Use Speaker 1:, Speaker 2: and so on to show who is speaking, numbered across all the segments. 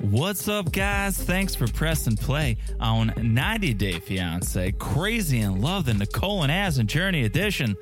Speaker 1: What's up, guys? Thanks for pressing play on 90 Day Fiance Crazy in Love, the Nicole and Asin Journey Edition.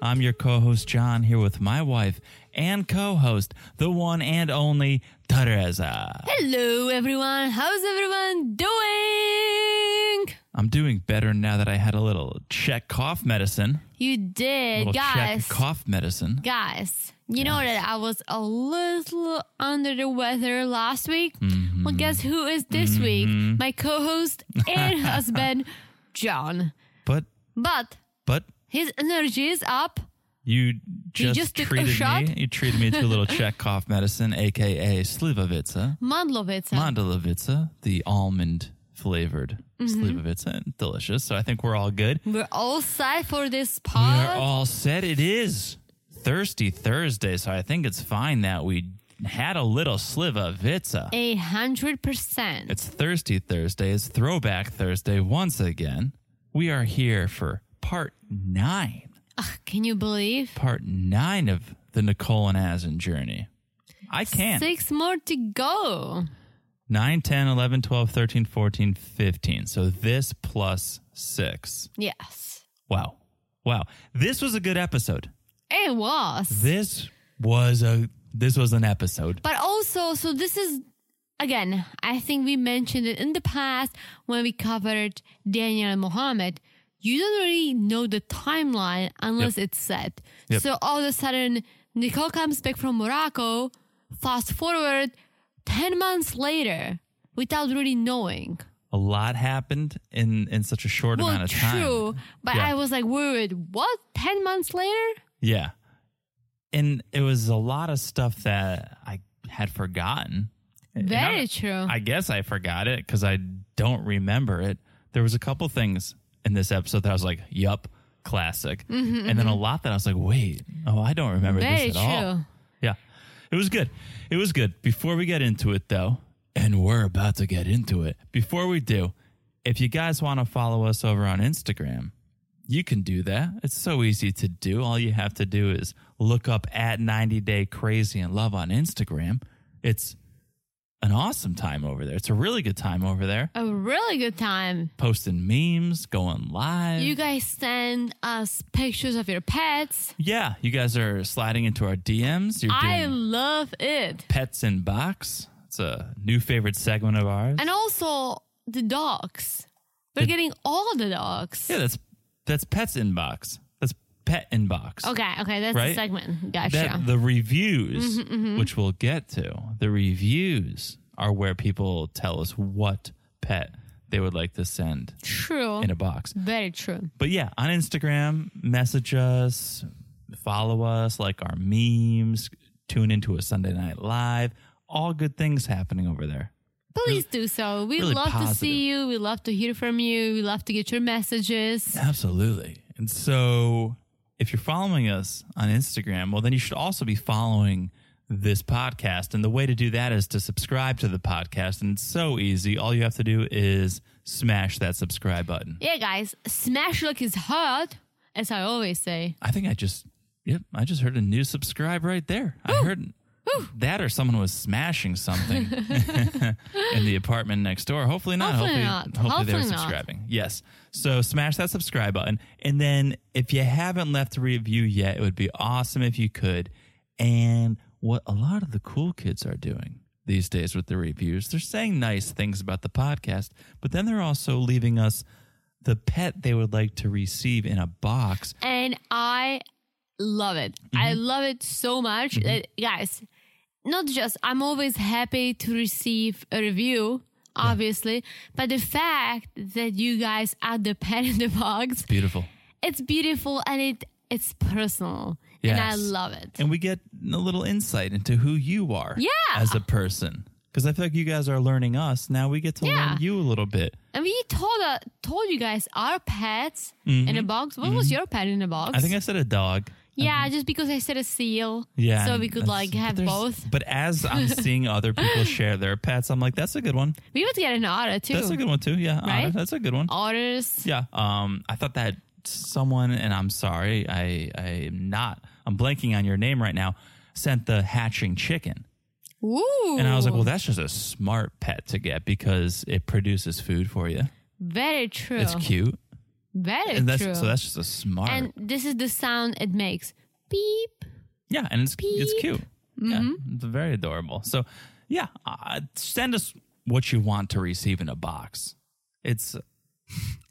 Speaker 1: I'm your co host, John, here with my wife and co host, the one and only Teresa.
Speaker 2: Hello, everyone. How's everyone doing?
Speaker 1: I'm doing better now that I had a little Czech cough medicine.
Speaker 2: You
Speaker 1: A
Speaker 2: did,
Speaker 1: little
Speaker 2: guys.
Speaker 1: Czech cough medicine.
Speaker 2: Guys, you know that I was a little under the weather last week.
Speaker 1: Mm-hmm.
Speaker 2: Well, guess who is this week? My co host and husband, John.
Speaker 1: But,
Speaker 2: But
Speaker 1: but
Speaker 2: his energy is up.
Speaker 1: you just,
Speaker 2: just took a
Speaker 1: treated
Speaker 2: shot?
Speaker 1: me. You treated me to a little Czech cough medicine, aka Slivovica.
Speaker 2: Mandlovica.
Speaker 1: Mandalovica, the almond flavored slivovica, delicious. So I think we're all good.
Speaker 2: We're all set for this
Speaker 1: We
Speaker 2: pod.
Speaker 1: are all set. It is Thirsty Thursday, so I think it's fine that we had a little slivovica.
Speaker 2: a hundred percent.
Speaker 1: It's Thirsty Thursday. It's Throwback Thursday once again. We are here for part nine.
Speaker 2: Can you believe?
Speaker 1: Part nine of the Nicole and Asin journey. I can't.
Speaker 2: Six more to go.
Speaker 1: 9, 10, 11, 12, 13, 14, 15. So this plus six.
Speaker 2: Yes.
Speaker 1: Wow. Wow. This was a good episode.
Speaker 2: It was.
Speaker 1: This was a this was an episode.
Speaker 2: But also, so this is again, I think we mentioned it in the past when we covered Daniel and Mohammed. You don't really know the timeline unless it's set.
Speaker 1: Yep.
Speaker 2: So all of a sudden, Nicole comes back from Morocco, fast forward 10 months later without really knowing.
Speaker 1: A lot happened in in such a short amount
Speaker 2: Well,
Speaker 1: of time.
Speaker 2: true. But
Speaker 1: Yeah.
Speaker 2: I was like, wait, wait, what? 10 months later?
Speaker 1: Yeah. And it was a lot of stuff that I had forgotten. And
Speaker 2: Very
Speaker 1: I-
Speaker 2: true.
Speaker 1: I guess I forgot it cuz I don't remember it. There was a couple things in this episode that I was like, "Yup, classic."
Speaker 2: Mm-hmm,
Speaker 1: and then a lot that I was like, "Wait, oh, I don't remember
Speaker 2: Very
Speaker 1: this at all."
Speaker 2: true.
Speaker 1: Yeah. It was good. It was good. Before we get into it, though, and we're about to get into it, before we do, if you guys want to follow us over on Instagram, you can do that. It's so easy to do. All you have to do is look up at 90 Day Crazy and Love on Instagram. It's an awesome time over there. It's a really good time over there.
Speaker 2: A really good time.
Speaker 1: Posting memes, going live.
Speaker 2: You guys send us pictures of your pets.
Speaker 1: yeah, you guys are sliding into our DMs. You're
Speaker 2: I
Speaker 1: doing
Speaker 2: love it.
Speaker 1: Pets in Box. It's a new favorite segment of ours.
Speaker 2: And also the dogs. We're getting all the dogs.
Speaker 1: Yeah, that's that's pets inbox. That's pet inbox.
Speaker 2: Okay, okay, that's
Speaker 1: Right?
Speaker 2: the segment.
Speaker 1: That,
Speaker 2: Gotcha.
Speaker 1: the reviews, which we'll get to, the reviews are where people tell us what pet they would like to send
Speaker 2: true.
Speaker 1: in a box.
Speaker 2: Very true.
Speaker 1: But yeah, on Instagram, message us, follow us, like our memes, tune into a Sunday Night Live. All good things happening over there.
Speaker 2: Please do so. We
Speaker 1: really
Speaker 2: love to
Speaker 1: positive.
Speaker 2: see you. We love to hear from you. We love to get your messages.
Speaker 1: Absolutely. And so if you're following us on Instagram, well, then you should also be following this podcast. And the way to do that is to subscribe to the podcast. And it's so easy. All you have to do is smash that subscribe button.
Speaker 2: Yeah, guys, smash like is hot, as I always say.
Speaker 1: I think I just, yep, I just heard a new subscribe right there. I heard that or someone was smashing something in the apartment next door. Hopefully not.
Speaker 2: Hopefully
Speaker 1: hopefully,
Speaker 2: not.
Speaker 1: hopefully they were
Speaker 2: Hopefully not.
Speaker 1: subscribing. Yes. So smash that subscribe button. And then if you haven't left a review yet, it would be awesome if you could. And what a lot of the cool kids are doing these days with the reviews, they're saying nice things about the podcast, but then they're also leaving us the pet they would like to receive in a box
Speaker 2: and I love it. I
Speaker 1: Mm-hmm.
Speaker 2: love it so much. that- guys, not just I'm always happy to receive a review, obviously, but the fact that you guys add the pen in the box,
Speaker 1: Beautiful.
Speaker 2: it's beautiful and it it's personal. And I
Speaker 1: Yes.
Speaker 2: love it.
Speaker 1: And we get a little insight into who you are
Speaker 2: Yeah.
Speaker 1: as a person. Because I feel like you guys are learning us. Now we get to
Speaker 2: Yeah.
Speaker 1: learn you a little bit.
Speaker 2: And we told uh, told you guys our pets in a box. What was your pet in a box?
Speaker 1: Mm-hmm. I think I said a dog.
Speaker 2: yeah, just because I said a seal.
Speaker 1: Yeah.
Speaker 2: So
Speaker 1: and
Speaker 2: we could
Speaker 1: that's-
Speaker 2: like
Speaker 1: but
Speaker 2: have
Speaker 1: there's-
Speaker 2: both.
Speaker 1: But as I'm seeing other people share their pets, I'm like, that's a good one.
Speaker 2: We would get an otter too.
Speaker 1: That's a good one too. Yeah. Anna,
Speaker 2: Right?
Speaker 1: that's a good one.
Speaker 2: Otters.
Speaker 1: Yeah. Um, I thought that someone, and I'm sorry, I I am not. I'm blanking on your name right now. Sent the hatching chicken,
Speaker 2: Ooh.
Speaker 1: and I was like, well, that's just a smart pet to get because it produces food for you.
Speaker 2: very true.
Speaker 1: It's cute,
Speaker 2: Very
Speaker 1: and that's
Speaker 2: true.
Speaker 1: so that's just a smart.
Speaker 2: and this is the sound it makes. Beep.
Speaker 1: Yeah, and it's it's
Speaker 2: Beep.
Speaker 1: cute. Yeah,
Speaker 2: Mm-hmm.
Speaker 1: it's very adorable. So, yeah, uh, send us what you want to receive in a box. It's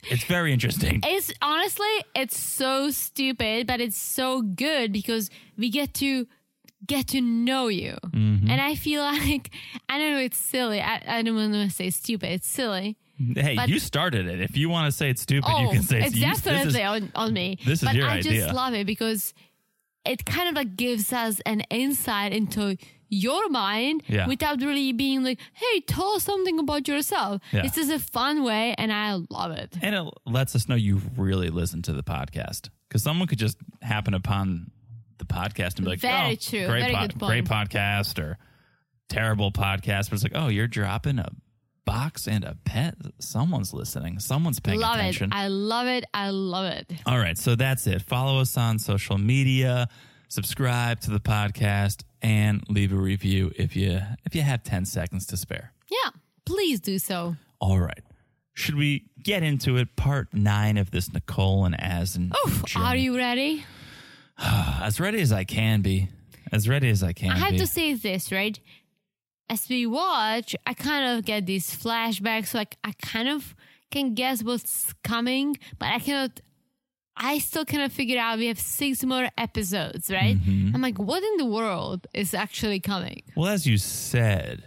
Speaker 1: it's very interesting.
Speaker 2: It's honestly, it's so stupid, but it's so good because we get to get to know you.
Speaker 1: Mm-hmm.
Speaker 2: And I feel like I don't know, it's silly. I, I don't want to say stupid. It's silly.
Speaker 1: hey,
Speaker 2: but-
Speaker 1: you started it. If you want to say it's stupid, you
Speaker 2: oh,
Speaker 1: can say it's,
Speaker 2: it's
Speaker 1: you- this
Speaker 2: definitely
Speaker 1: is-
Speaker 2: on, on me.
Speaker 1: this is
Speaker 2: but
Speaker 1: your
Speaker 2: I
Speaker 1: idea.
Speaker 2: just love it because it kind of like gives us an insight into your mind
Speaker 1: Yeah.
Speaker 2: without really being like, hey, tell us something about yourself.
Speaker 1: Yeah.
Speaker 2: This is a fun way and I love it.
Speaker 1: and it lets us know you really listen to the podcast because someone could just happen upon the podcast and be like,
Speaker 2: Very
Speaker 1: oh,
Speaker 2: true.
Speaker 1: great,
Speaker 2: Very
Speaker 1: pod-
Speaker 2: good point.
Speaker 1: great podcast or terrible podcast." But it's like, "Oh, you're dropping a box and a pet. Someone's listening. Someone's paying
Speaker 2: love
Speaker 1: attention."
Speaker 2: it. I love it. I love it.
Speaker 1: All right, so that's it. Follow us on social media, subscribe to the podcast, and leave a review if you if you have ten seconds to spare.
Speaker 2: Yeah, please do so.
Speaker 1: All right, should we get into it? Part nine of this Nicole and As and
Speaker 2: Oof, are you ready?
Speaker 1: as ready as I can be? As ready as I can.
Speaker 2: I have
Speaker 1: be.
Speaker 2: to say this, right? As we watch, I kind of get these flashbacks. Like I kind of can guess what's coming, but I cannot. I still cannot figure out. We have six more episodes, right?
Speaker 1: Mm-hmm.
Speaker 2: I'm like, what in the world is actually coming?
Speaker 1: Well, as you said,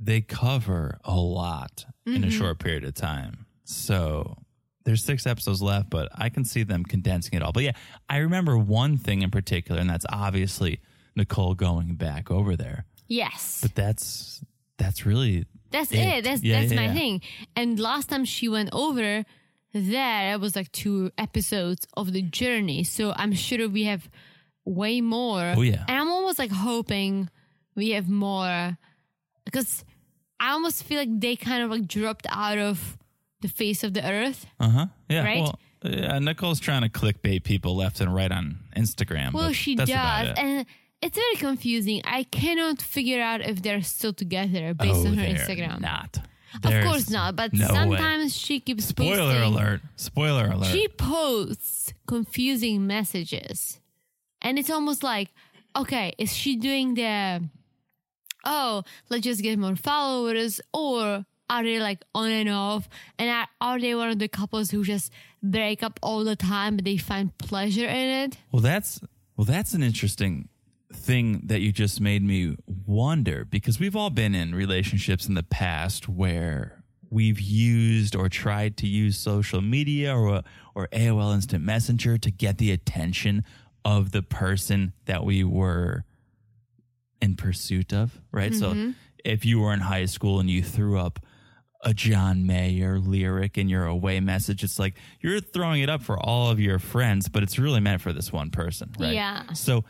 Speaker 1: they cover a lot in
Speaker 2: Mm-hmm.
Speaker 1: a short period of time. So there's six episodes left, but I can see them condensing it all. But yeah, I remember one thing in particular, and that's obviously Nicole going back over there.
Speaker 2: Yes,
Speaker 1: But that's that's really
Speaker 2: that's it.
Speaker 1: it.
Speaker 2: That's
Speaker 1: Yeah,
Speaker 2: that's
Speaker 1: yeah,
Speaker 2: my
Speaker 1: yeah.
Speaker 2: thing. And last time she went over there, it was like two episodes of the journey. So I'm sure we have way more.
Speaker 1: Oh, yeah.
Speaker 2: And I'm almost like hoping we have more because I almost feel like they kind of like dropped out of the face of the earth.
Speaker 1: uh huh yeah.
Speaker 2: Right?
Speaker 1: Well, yeah, Nicole's trying to clickbait people left and right on Instagram.
Speaker 2: Well,
Speaker 1: but
Speaker 2: she
Speaker 1: that's
Speaker 2: does,
Speaker 1: about it.
Speaker 2: and it's very confusing. I cannot figure out if they're still together based
Speaker 1: Oh,
Speaker 2: on her
Speaker 1: they're
Speaker 2: Instagram.
Speaker 1: Not.
Speaker 2: of
Speaker 1: There's
Speaker 2: course not, but
Speaker 1: no way.
Speaker 2: sometimes she keeps
Speaker 1: Spoiler
Speaker 2: posting.
Speaker 1: alert! Spoiler alert!
Speaker 2: She posts confusing messages. And it's almost like, okay, is she doing the, oh, let's just get more followers? Or are they like on and off? And are, are they one of the couples who just break up all the time, but they find pleasure in it?
Speaker 1: Well, that's well, that's an interesting thing that you just made me wonder because we've all been in relationships in the past where we've used or tried to use social media or or AOL Instant Messenger to get the attention of the person that we were in pursuit of, right?
Speaker 2: Mm-hmm.
Speaker 1: So if you were in high school and you threw up a John Mayer lyric in your away message, it's like you're throwing it up for all of your friends, but it's really meant for this one person, right?
Speaker 2: Yeah.
Speaker 1: So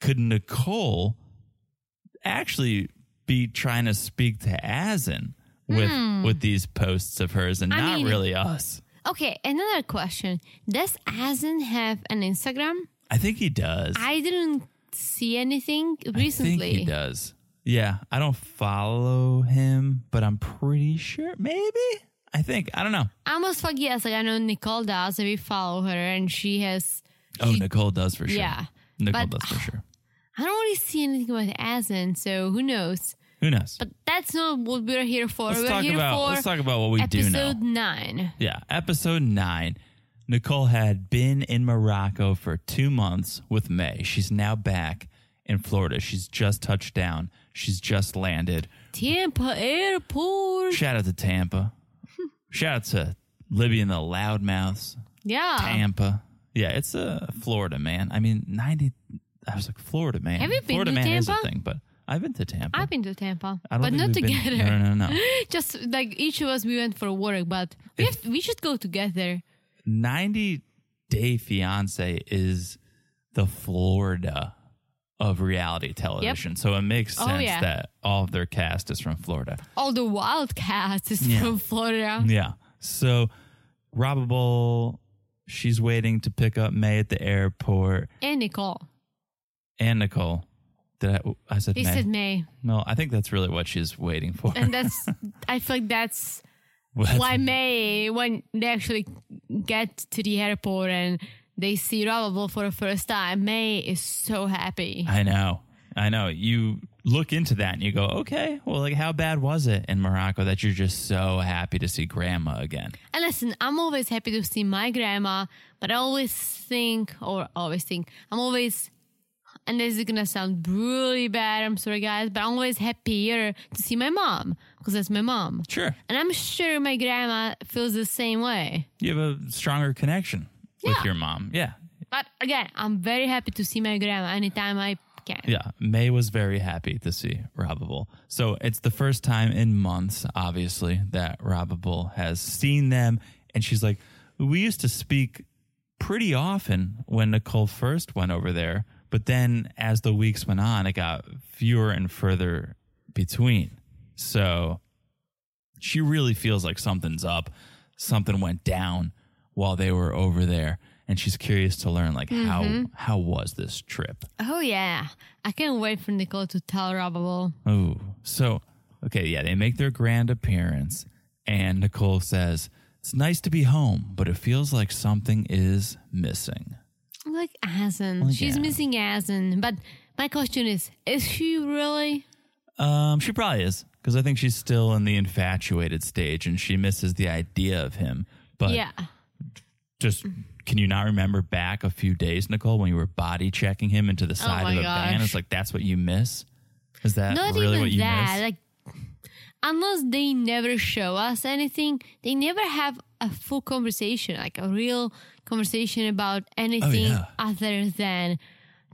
Speaker 1: could Nicole actually be trying to speak to Asin with with these posts of hers and
Speaker 2: Hmm. I
Speaker 1: not
Speaker 2: mean-
Speaker 1: really us?
Speaker 2: Okay, another question. Does Asin have an Instagram?
Speaker 1: I think he does.
Speaker 2: I didn't see anything
Speaker 1: I think he
Speaker 2: recently.
Speaker 1: does. Yeah, I don't follow him, but I'm pretty sure. Maybe I think I don't know.
Speaker 2: I almost fuck yes. Like I know Nicole does, and we follow her, and she has.
Speaker 1: Oh, Nicole does for sure.
Speaker 2: Yeah,
Speaker 1: Nicole
Speaker 2: but-
Speaker 1: does for sure.
Speaker 2: I don't really see anything about Asin, so who knows?
Speaker 1: Who knows?
Speaker 2: But that's not what we're here for.
Speaker 1: let's
Speaker 2: we're
Speaker 1: talk
Speaker 2: here
Speaker 1: about
Speaker 2: for
Speaker 1: let's talk about what we do know.
Speaker 2: episode nine.
Speaker 1: Yeah, episode nine. Nicole had been in Morocco for two months with May. She's now back in Florida. She's just touched down. She's just landed.
Speaker 2: Tampa Airport.
Speaker 1: Shout out to Tampa. Shout out to Libby and the Loudmouths.
Speaker 2: Yeah.
Speaker 1: Tampa. Yeah, it's uh, Florida, man. I mean, 90. I was like, Florida, man.
Speaker 2: Have you been
Speaker 1: Florida
Speaker 2: to
Speaker 1: man is a
Speaker 2: Tampa?
Speaker 1: thing, but I've been to Tampa.
Speaker 2: I've been to Tampa,
Speaker 1: I don't
Speaker 2: but
Speaker 1: think
Speaker 2: not
Speaker 1: we've been-
Speaker 2: together.
Speaker 1: no, no, no.
Speaker 2: Just like each of us, we went for work, but we have, we should go together.
Speaker 1: 90 Day Fiance is the Florida of reality television. So it makes
Speaker 2: Oh,
Speaker 1: sense
Speaker 2: yeah.
Speaker 1: that all of their cast is from Florida.
Speaker 2: All the Wildcats is
Speaker 1: Yeah.
Speaker 2: from Florida.
Speaker 1: Yeah. So Robable She's waiting to pick up May at the airport.
Speaker 2: and Nicole.
Speaker 1: And Nicole. Did I? I said
Speaker 2: He
Speaker 1: May.
Speaker 2: said May,
Speaker 1: no, I think that's really what she's waiting for.
Speaker 2: and that's I feel like that's
Speaker 1: That's-
Speaker 2: why May when they actually get to the airport and they see Rollerball for the first time, May is so happy.
Speaker 1: I know. I know. You look into that and you go, okay, well, like, how bad was it in Morocco that you're just so happy to see grandma again?
Speaker 2: And listen, I'm always happy to see my grandma, but I always think, or always think, I'm always, and this is gonna sound really bad, I'm sorry guys, but I'm always happier to see my mom, because that's my mom.
Speaker 1: Sure.
Speaker 2: And I'm sure my grandma feels the same way.
Speaker 1: You have a stronger connection with
Speaker 2: Yeah.
Speaker 1: your mom. Yeah.
Speaker 2: But again, I'm very happy to see my grandma anytime I can.
Speaker 1: Yeah. May was very happy to see Robable. So it's the first time in months, obviously, that Robable has seen them. And she's like, we used to speak pretty often when Nicole first went over there. But then as the weeks went on, it got fewer and further between. So she really feels like something's up. Something went down while they were over there. And she's curious to learn like how how was this trip?
Speaker 2: Oh yeah, I can't wait for Nicole to tell Robable.
Speaker 1: Ooh. So, okay, yeah, they make their grand appearance, and Nicole says, It's nice to be home, but it feels like something is missing.
Speaker 2: I'm like Asin, she's
Speaker 1: Oh, yeah.
Speaker 2: missing Asin. But my question is, is she really?
Speaker 1: Um, she probably is, because I think she's still in the infatuated stage and she misses the idea of him. But uh,
Speaker 2: yeah.
Speaker 1: just can you not remember back a few days, Nicole, when you were body checking him into the side
Speaker 2: Oh my
Speaker 1: of a van?
Speaker 2: gosh.
Speaker 1: It's like that's what you miss? Is that
Speaker 2: Not
Speaker 1: really
Speaker 2: even
Speaker 1: what you
Speaker 2: that.
Speaker 1: miss?
Speaker 2: Like, unless they never show us anything, they never have a full conversation, like a real conversation about anything
Speaker 1: Oh, yeah.
Speaker 2: other than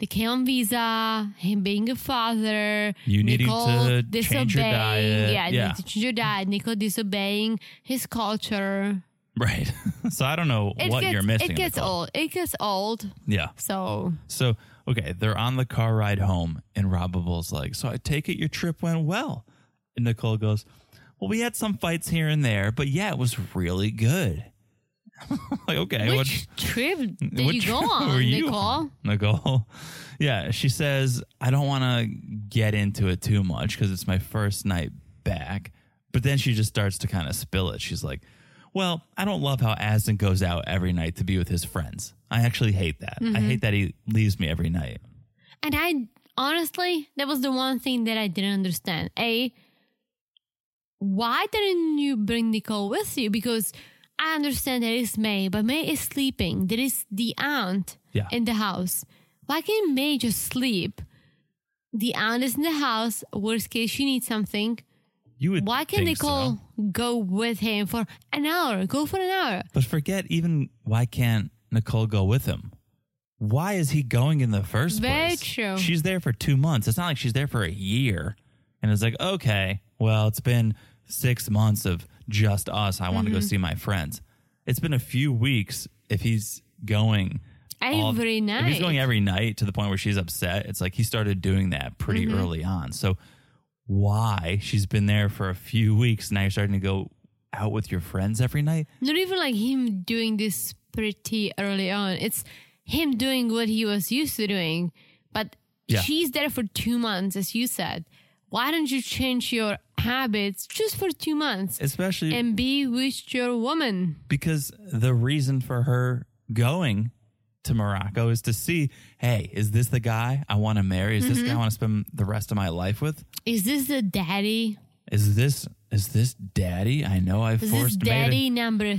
Speaker 2: the K1 visa, him being a father,
Speaker 1: You needing
Speaker 2: Nicole
Speaker 1: to
Speaker 2: disobeying,
Speaker 1: change your diet.
Speaker 2: yeah,
Speaker 1: Yeah.
Speaker 2: to change your diet, Nicole disobeying his culture.
Speaker 1: right. so I don't know
Speaker 2: It
Speaker 1: what
Speaker 2: gets,
Speaker 1: you're missing.
Speaker 2: It gets
Speaker 1: Nicole.
Speaker 2: old. It gets old.
Speaker 1: Yeah.
Speaker 2: So
Speaker 1: So, okay, they're on the car ride home, and Robable's like, So I take it your trip went well. And Nicole goes, Well, we had some fights here and there, but yeah, it was really good. like, okay, what,
Speaker 2: which trip did
Speaker 1: what
Speaker 2: you go
Speaker 1: trip
Speaker 2: on,
Speaker 1: were you
Speaker 2: Nicole?
Speaker 1: on, Nicole. Yeah, she says, I don't want to get into it too much because it's my first night back. But then she just starts to kind of spill it. She's like, Well, I don't love how Asden goes out every night to be with his friends. I actually hate that.
Speaker 2: Mm-hmm.
Speaker 1: I hate that he leaves me every night.
Speaker 2: And I honestly, that was the one thing that I didn't understand. A, why didn't you bring Nicole with you? Because I understand that it's May, but May is sleeping. There is the aunt
Speaker 1: Yeah.
Speaker 2: in the house. Why can't May just sleep? The aunt is in the house. Worst case, she needs something.
Speaker 1: You would.
Speaker 2: Why can't
Speaker 1: think so.
Speaker 2: Nicole go with him for an hour? Go for an hour.
Speaker 1: But forget even why can't Nicole go with him? Why is he going in the first
Speaker 2: Very
Speaker 1: place?
Speaker 2: true.
Speaker 1: She's there for two months. It's not like she's there for a year. And it's like, okay, well, it's been six months of just us. I want
Speaker 2: Mm-hmm.
Speaker 1: to go see my friends. It's been a few weeks. If he's going all-
Speaker 2: Every night.
Speaker 1: if he's going every night to the point where she's upset, it's like he started doing that pretty
Speaker 2: Mm-hmm.
Speaker 1: early on. So why she's been there for a few weeks now? You're starting to go out with your friends every night.
Speaker 2: Not even like him doing this pretty early on. It's him doing what he was used to doing. But
Speaker 1: Yeah.
Speaker 2: she's there for two months, as you said. Why don't you change your habits just for two months
Speaker 1: Especially
Speaker 2: and be with your woman?
Speaker 1: because the reason for her going to Morocco is to see, hey, is this the guy I want to marry? Is
Speaker 2: Mm-hmm.
Speaker 1: this guy I want to spend the rest of my life with?
Speaker 2: Is this the daddy?
Speaker 1: Is this is this daddy? I know I
Speaker 2: Is this
Speaker 1: forced
Speaker 2: daddy number
Speaker 1: May to, I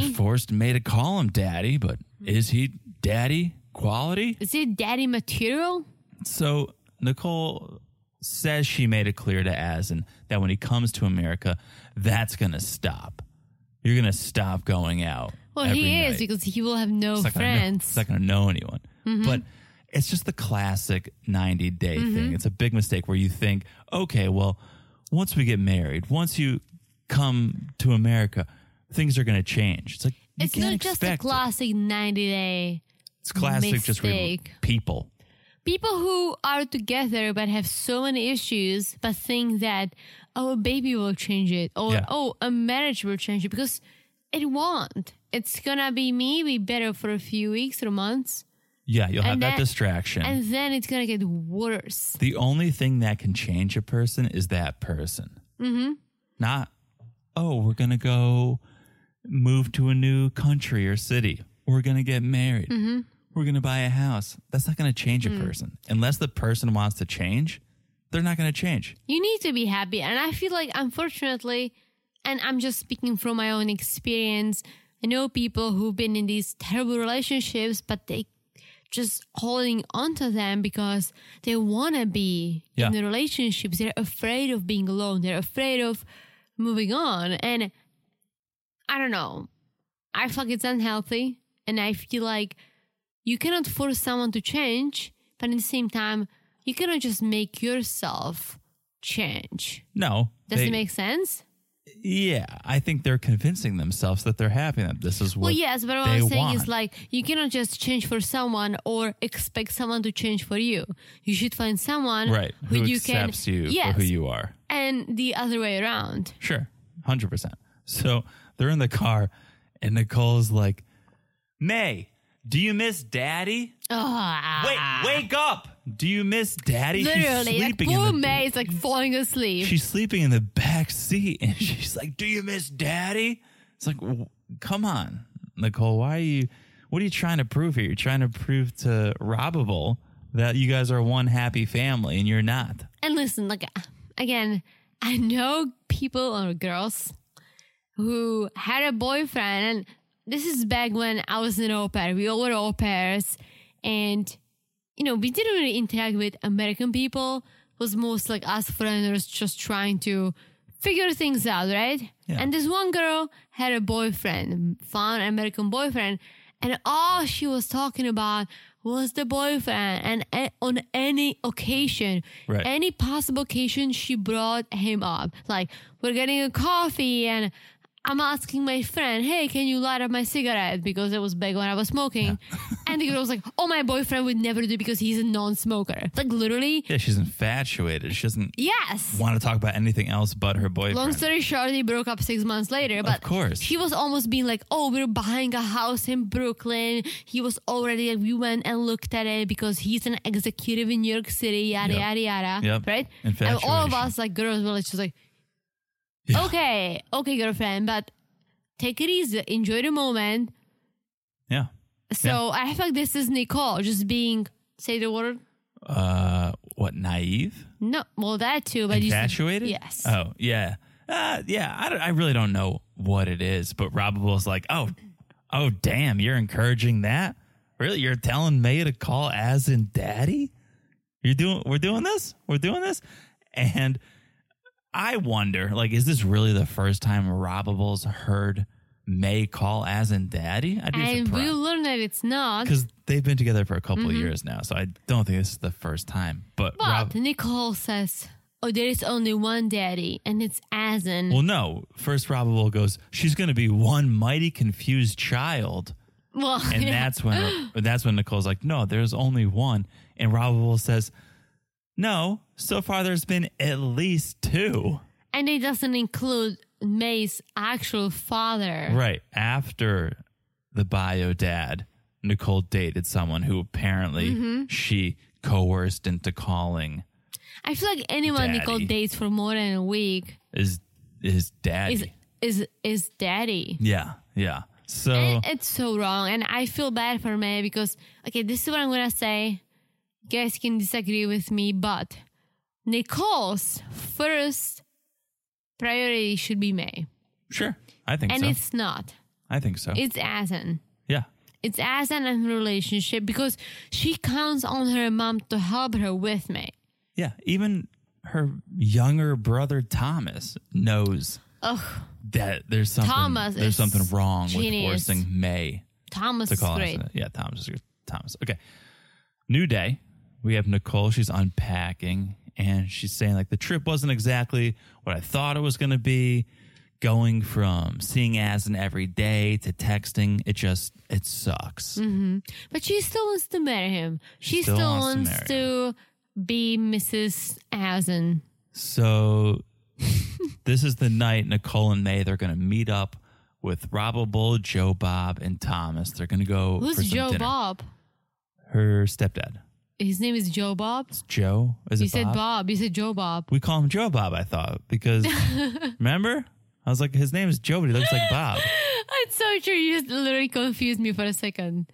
Speaker 2: three?
Speaker 1: forced May to call him daddy, but
Speaker 2: Mm-hmm.
Speaker 1: is he daddy quality?
Speaker 2: Is it daddy material?
Speaker 1: So Nicole says she made it clear to Asin that when he comes to America, that's gonna stop. You're gonna stop going out.
Speaker 2: Well,
Speaker 1: every
Speaker 2: he is
Speaker 1: night.
Speaker 2: because he will have no
Speaker 1: It's not gonna know-
Speaker 2: friends. Mm-hmm.
Speaker 1: it's not going to know anyone. But it's just the classic 90 day thing. It's a big mistake where you think, okay, well, once we get married, once you come to America, things are going to change. It's like, you
Speaker 2: it's
Speaker 1: can't
Speaker 2: not just a
Speaker 1: expect it.
Speaker 2: classic 90 day.
Speaker 1: It's classic just re-
Speaker 2: mistake.
Speaker 1: people.
Speaker 2: People who are together but have so many issues but think that, oh, a baby will change it or,
Speaker 1: Yeah.
Speaker 2: oh, a marriage will change it because it won't. It's gonna be maybe better for a few weeks or months,
Speaker 1: Yeah, you'll have
Speaker 2: And
Speaker 1: that
Speaker 2: that-
Speaker 1: distraction.
Speaker 2: and then it's gonna get worse.
Speaker 1: the only thing that can change a person is that person. Mm-hmm. Not, oh, we're going to go move to a new country or city. We're going to get married.
Speaker 2: Mm-hmm.
Speaker 1: We're going to buy a house. That's not going to change
Speaker 2: Mm.
Speaker 1: a person. Unless the person wants to change, they're not going to change.
Speaker 2: You need to be happy, and I feel like unfortunately, and I'm just speaking from my own experience. I know people who've been in these terrible relationships, but they just holding on to them because they want to be
Speaker 1: Yeah.
Speaker 2: in the relationships. They're afraid of being alone. They're afraid of moving on. And I don't know. I feel like it's unhealthy. And I feel like you cannot force someone to change, but at the same time, you cannot just make yourself change.
Speaker 1: No.
Speaker 2: Does
Speaker 1: they-
Speaker 2: it make sense?
Speaker 1: Yeah, I think they're convincing themselves that they're happy that this is what.
Speaker 2: well, yes, but what
Speaker 1: they
Speaker 2: I'm saying
Speaker 1: want.
Speaker 2: is like you cannot just change for someone or expect someone to change for you. You should find someone
Speaker 1: right.
Speaker 2: who,
Speaker 1: who
Speaker 2: you
Speaker 1: accepts
Speaker 2: can,
Speaker 1: you
Speaker 2: yes,
Speaker 1: for who you are?
Speaker 2: and the other way around.
Speaker 1: Sure, hundred percent. So they're in the car, and Nicole's like, "May, do you miss Daddy?
Speaker 2: Ah.
Speaker 1: Wait, wake up! Do you miss Daddy?
Speaker 2: Literally,
Speaker 1: she's
Speaker 2: like
Speaker 1: sleeping
Speaker 2: poor
Speaker 1: in the
Speaker 2: May is like falling asleep.
Speaker 1: she's sleeping in the back seat, and she's like, "Do you miss Daddy? It's like, w- come on, Nicole, why are you? What are you trying to prove here? You're trying to prove to Robable that you guys are one happy family, and you're not."
Speaker 2: and listen, like again, I know people or girls who had a boyfriend, and this is back when I was an au pair. We all were au pairs, and you know, we didn't really interact with American people. It was most like us foreigners just trying to figure things out, right?
Speaker 1: Yeah.
Speaker 2: And this one girl had a boyfriend, found an American boyfriend, and all she was talking about was the boyfriend. And a- on any occasion,
Speaker 1: Right.
Speaker 2: any possible occasion, she brought him up. Like, we're getting a coffee, and I'm asking my friend, hey, can you light up my cigarette? Because it was big when I was smoking. and the girl was like, oh, my boyfriend would never do because he's a non smoker. Like, literally,
Speaker 1: Yeah, she's infatuated. She doesn't
Speaker 2: yes.
Speaker 1: want to talk about anything else but her boyfriend.
Speaker 2: Long story short, they broke up six months later. But
Speaker 1: course.
Speaker 2: she was almost being like, "Oh, we're buying a house in Brooklyn." He was already like, we went and looked at it because he's an executive in New York City. Yada
Speaker 1: Yep.
Speaker 2: yada yada.
Speaker 1: Yep.
Speaker 2: Right? And all
Speaker 1: Infatuation.
Speaker 2: of us like girls were like, just like,
Speaker 1: Yeah.
Speaker 2: "Okay, okay, girlfriend, but take it easy, enjoy the moment."
Speaker 1: yeah.
Speaker 2: So I feel like this is Nicole just being say the word.
Speaker 1: Uh, what naive?
Speaker 2: No, well that too, but you said-
Speaker 1: Infatuated?
Speaker 2: yes.
Speaker 1: Oh yeah. Uh, yeah. I, don't- I really don't know what it is, but Robable's like, oh, oh, damn, you're encouraging that. Really, you're telling May to call as in daddy. You're doing. We're doing this. We're doing this. And I wonder, like, is this really the first time Robable's heard May call as in daddy? I'd be
Speaker 2: and
Speaker 1: surprised.
Speaker 2: we learned that it's not.
Speaker 1: because they've been together for a couple
Speaker 2: Mm-hmm.
Speaker 1: of years now, so I don't think this is the first time. But,
Speaker 2: But
Speaker 1: Rob,
Speaker 2: Nicole says, "Oh, there is only one daddy, and it's Asin."
Speaker 1: well, no. First, Robable goes, "She's going to be one mighty confused child,"
Speaker 2: Well,
Speaker 1: and
Speaker 2: yeah.
Speaker 1: that's when that's when Nicole's like, "No, there's only one." And Robable says, "No, so far there's been at least two.
Speaker 2: and it doesn't include May's actual father.
Speaker 1: Right after the bio dad, Nicole dated someone who apparently
Speaker 2: Mm-hmm.
Speaker 1: she coerced into calling
Speaker 2: I feel like anyone Nicole
Speaker 1: Daddy.
Speaker 2: dates for more than a week
Speaker 1: is his daddy.
Speaker 2: is is is daddy.
Speaker 1: yeah, yeah. So
Speaker 2: And it's so wrong, and I feel bad for May because okay, this is what I'm gonna say. You guys can disagree with me, but Nicole's first priority should be May,
Speaker 1: Sure. I think
Speaker 2: and
Speaker 1: so.
Speaker 2: it's not.
Speaker 1: I think so.
Speaker 2: It's Asin.
Speaker 1: yeah.
Speaker 2: It's as an in relationship because she counts on her mom to help her with me.
Speaker 1: Yeah. Even her younger brother Thomas knows
Speaker 2: Ugh,
Speaker 1: that there's something
Speaker 2: Thomas
Speaker 1: there's
Speaker 2: is
Speaker 1: something wrong
Speaker 2: genius.
Speaker 1: with forcing May
Speaker 2: Thomas
Speaker 1: to
Speaker 2: is
Speaker 1: call us.
Speaker 2: great.
Speaker 1: Yeah, Thomas is Thomas. Okay. New day. We have Nicole. She's unpacking and she's saying like the trip wasn't exactly what I thought it was gonna be. Going from seeing as an every day to texting, it just it sucks.
Speaker 2: But she still wants to marry him. She
Speaker 1: Still
Speaker 2: still,
Speaker 1: wants to
Speaker 2: wants, to, be Mrs. Asin.
Speaker 1: So this is the night Nicole and May they're going to meet up with Robable, Joe Bob, and Thomas. They're going to go. for
Speaker 2: Who's
Speaker 1: some
Speaker 2: Joe
Speaker 1: dinner.
Speaker 2: Bob?
Speaker 1: Her stepdad.
Speaker 2: His name is Joe Bob.
Speaker 1: Joe? Is
Speaker 2: You
Speaker 1: it
Speaker 2: said Bob. You said Joe Bob.
Speaker 1: We call him Joe Bob, I thought, because remember? I was like, his name is Joe, but he looks like Bob.
Speaker 2: It's so true. You just literally confused me for a second.